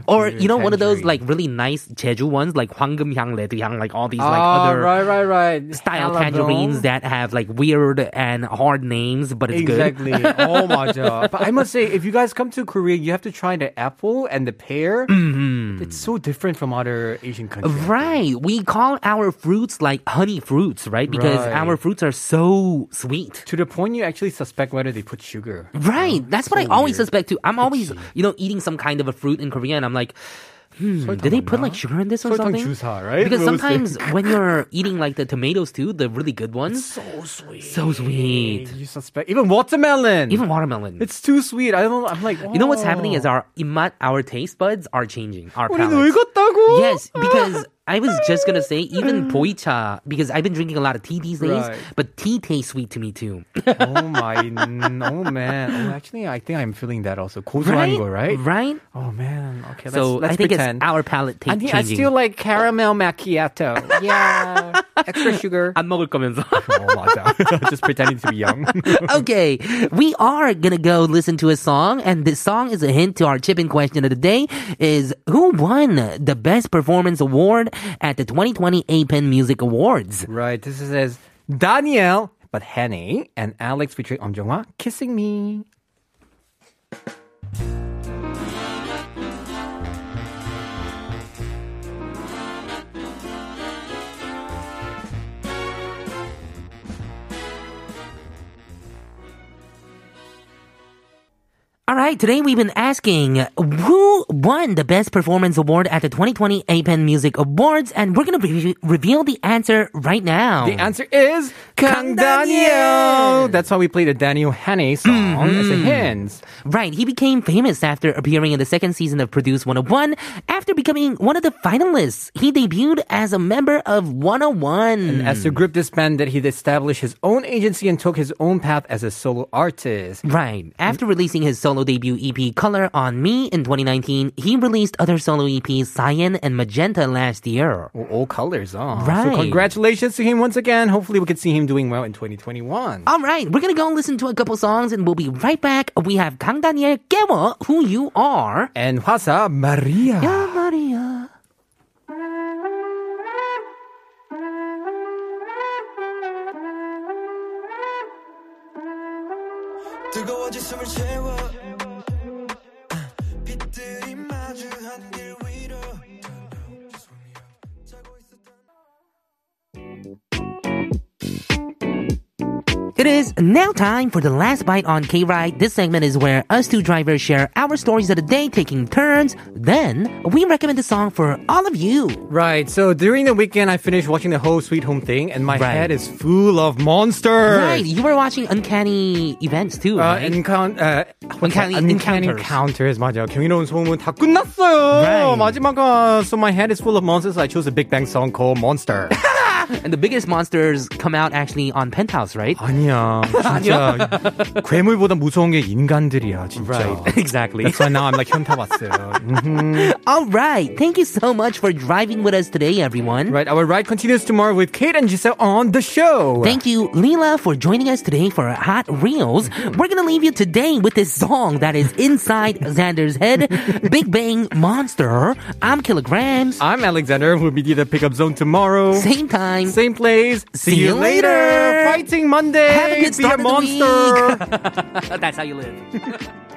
Speaker 2: Or you know one of those like
Speaker 1: Ah, tangerine.
Speaker 2: really nice Jeju ones like Hwanggeumhyang, Leduhyang, like all these like
Speaker 1: ah,
Speaker 2: other
Speaker 1: right, right, right.
Speaker 2: style
Speaker 1: Halabong.
Speaker 2: tangerines that have like weird and hard names, but it's
Speaker 1: Exactly.
Speaker 2: good.
Speaker 1: oh my god. But I must say, if you guys come to Korea, you have to try the apple and the pear. It's so different from other Asian countries.
Speaker 2: Mm-hmm. Right. We call our fruits like honey fruits, right? Because
Speaker 1: Right.
Speaker 2: our fruits are so sweet.
Speaker 1: To the point you actually suspect whether they put sugar.
Speaker 2: Right.
Speaker 1: Oh,
Speaker 2: That's what I always suspect too. I'm always, you know, eating some kind of a fruit in Korea and I'm like, hmm, did they put like sugar in this or
Speaker 1: 설탕
Speaker 2: something?
Speaker 1: 주사, right?
Speaker 2: Because
Speaker 1: We always
Speaker 2: sometimes when you're eating like the tomatoes too, the really good ones,
Speaker 1: So sweet.
Speaker 2: so sweet.
Speaker 1: You suspect even watermelon.
Speaker 2: Even watermelon.
Speaker 1: it's too sweet. I don't. I'm like. "Oh,
Speaker 2: you know what's happening is our 입맛, our taste buds are changing. Our
Speaker 1: 우리
Speaker 2: palates.
Speaker 1: 늙었다고?
Speaker 2: Yes, because I was just gonna say
Speaker 1: *laughs*
Speaker 2: even boicha because I've been drinking a lot of tea these days,
Speaker 1: Right.
Speaker 2: but tea tastes sweet to me too.
Speaker 1: *laughs* oh my. Oh man. Oh, actually, I think I'm feeling that also. 고소한 거, right?
Speaker 2: Right.
Speaker 1: Oh man. Okay. let's,
Speaker 2: so
Speaker 1: let's
Speaker 2: I think
Speaker 1: pretend.
Speaker 2: it's our palate
Speaker 1: I
Speaker 2: taste
Speaker 1: think I
Speaker 2: changing.
Speaker 1: still like caramel macchiato. *laughs* yeah. Extra sugar.
Speaker 2: 안 먹을 거면서.
Speaker 1: *laughs* oh my god. *laughs* Just pretending to be young. *laughs*
Speaker 2: okay, we are gonna go listen to a song, and this song is a hint to our chip-in question of the day: is who won the best performance award at the 2020 APEN E Music Awards?
Speaker 1: right. This is as Danielle, but Henny and Alex featuring Om Jong-hwa, kissing me.
Speaker 2: All right, today we've been asking who won the Best Performance Award at the 2020 APEN E Music Awards, and we're going to re- reveal the answer right now.
Speaker 1: The answer is
Speaker 2: Oh.
Speaker 1: Kang
Speaker 2: Kang Daniel.
Speaker 1: Daniel. That's why we played the Daniel Hannay song as a hint.
Speaker 2: Right, he became famous after appearing in the second season of Produce 101. After becoming one of the finalists, he debuted as a member of 101.
Speaker 1: As the group disbanded, he established his own agency and took his own path as a solo artist.
Speaker 2: Right. After releasing his solo debut EP Color on Me in 2019, he released other solo EPs Cyan and Magenta last year.
Speaker 1: Well, all colors, huh?
Speaker 2: Right.
Speaker 1: So congratulations to him once again. Hopefully, we could see him doing well in 2021.
Speaker 2: All right, we're gonna go and listen to a couple songs, and we'll be right back. We have Kang Daniel Kewa, who you are.
Speaker 1: and Hwasa Maria.
Speaker 2: Ah, Maria.
Speaker 4: 뜨거워진 숨을 채워 빛들이 마주한 길 위로 자고 있었던
Speaker 2: It is now time for the last bite on K Ride. This segment is where us two drivers share our stories of the day, taking turns. Then we recommend the song for all of you.
Speaker 1: Right. So during the weekend, I finished watching the whole Sweet Home thing, and my head is full of monsters.
Speaker 2: Right, you were watching Uncanny Events too.
Speaker 1: Uh,
Speaker 2: right?
Speaker 1: encounter, uh,
Speaker 2: Uncanny
Speaker 1: uncanny
Speaker 2: Encounters.
Speaker 1: encounters. 맞아요. 경이로운 소문 다 끝났어요. 마지막 uh, so my head is full of monsters. I chose a Big Bang song called Monster.
Speaker 2: and the biggest monsters come out actually on Penthouse, right?
Speaker 1: 아니야. 진짜 괴물보다 무서운 게 인간들이야, 진짜.
Speaker 2: Right, exactly.
Speaker 1: That's why now I'm like 현타 왔어요.
Speaker 2: All right. Thank you so much for driving with us today, everyone.
Speaker 1: Right, our ride continues tomorrow with Kate and Giselle on the show.
Speaker 2: Thank you, Leela, for joining us today for Hot Reels. We're going to leave you today with this song that is inside Xander's
Speaker 1: *laughs*
Speaker 2: head Big Bang Monster. I'm Kilograms.
Speaker 1: I'm Alexander. We'll meet you at the pickup zone tomorrow.
Speaker 2: Same time.
Speaker 1: Same place. See,
Speaker 2: See
Speaker 1: you
Speaker 2: you
Speaker 1: later.
Speaker 2: later.
Speaker 1: Fighting Monday.
Speaker 2: Have a good
Speaker 1: Be a
Speaker 2: start of the
Speaker 1: monster.
Speaker 2: That's how you live.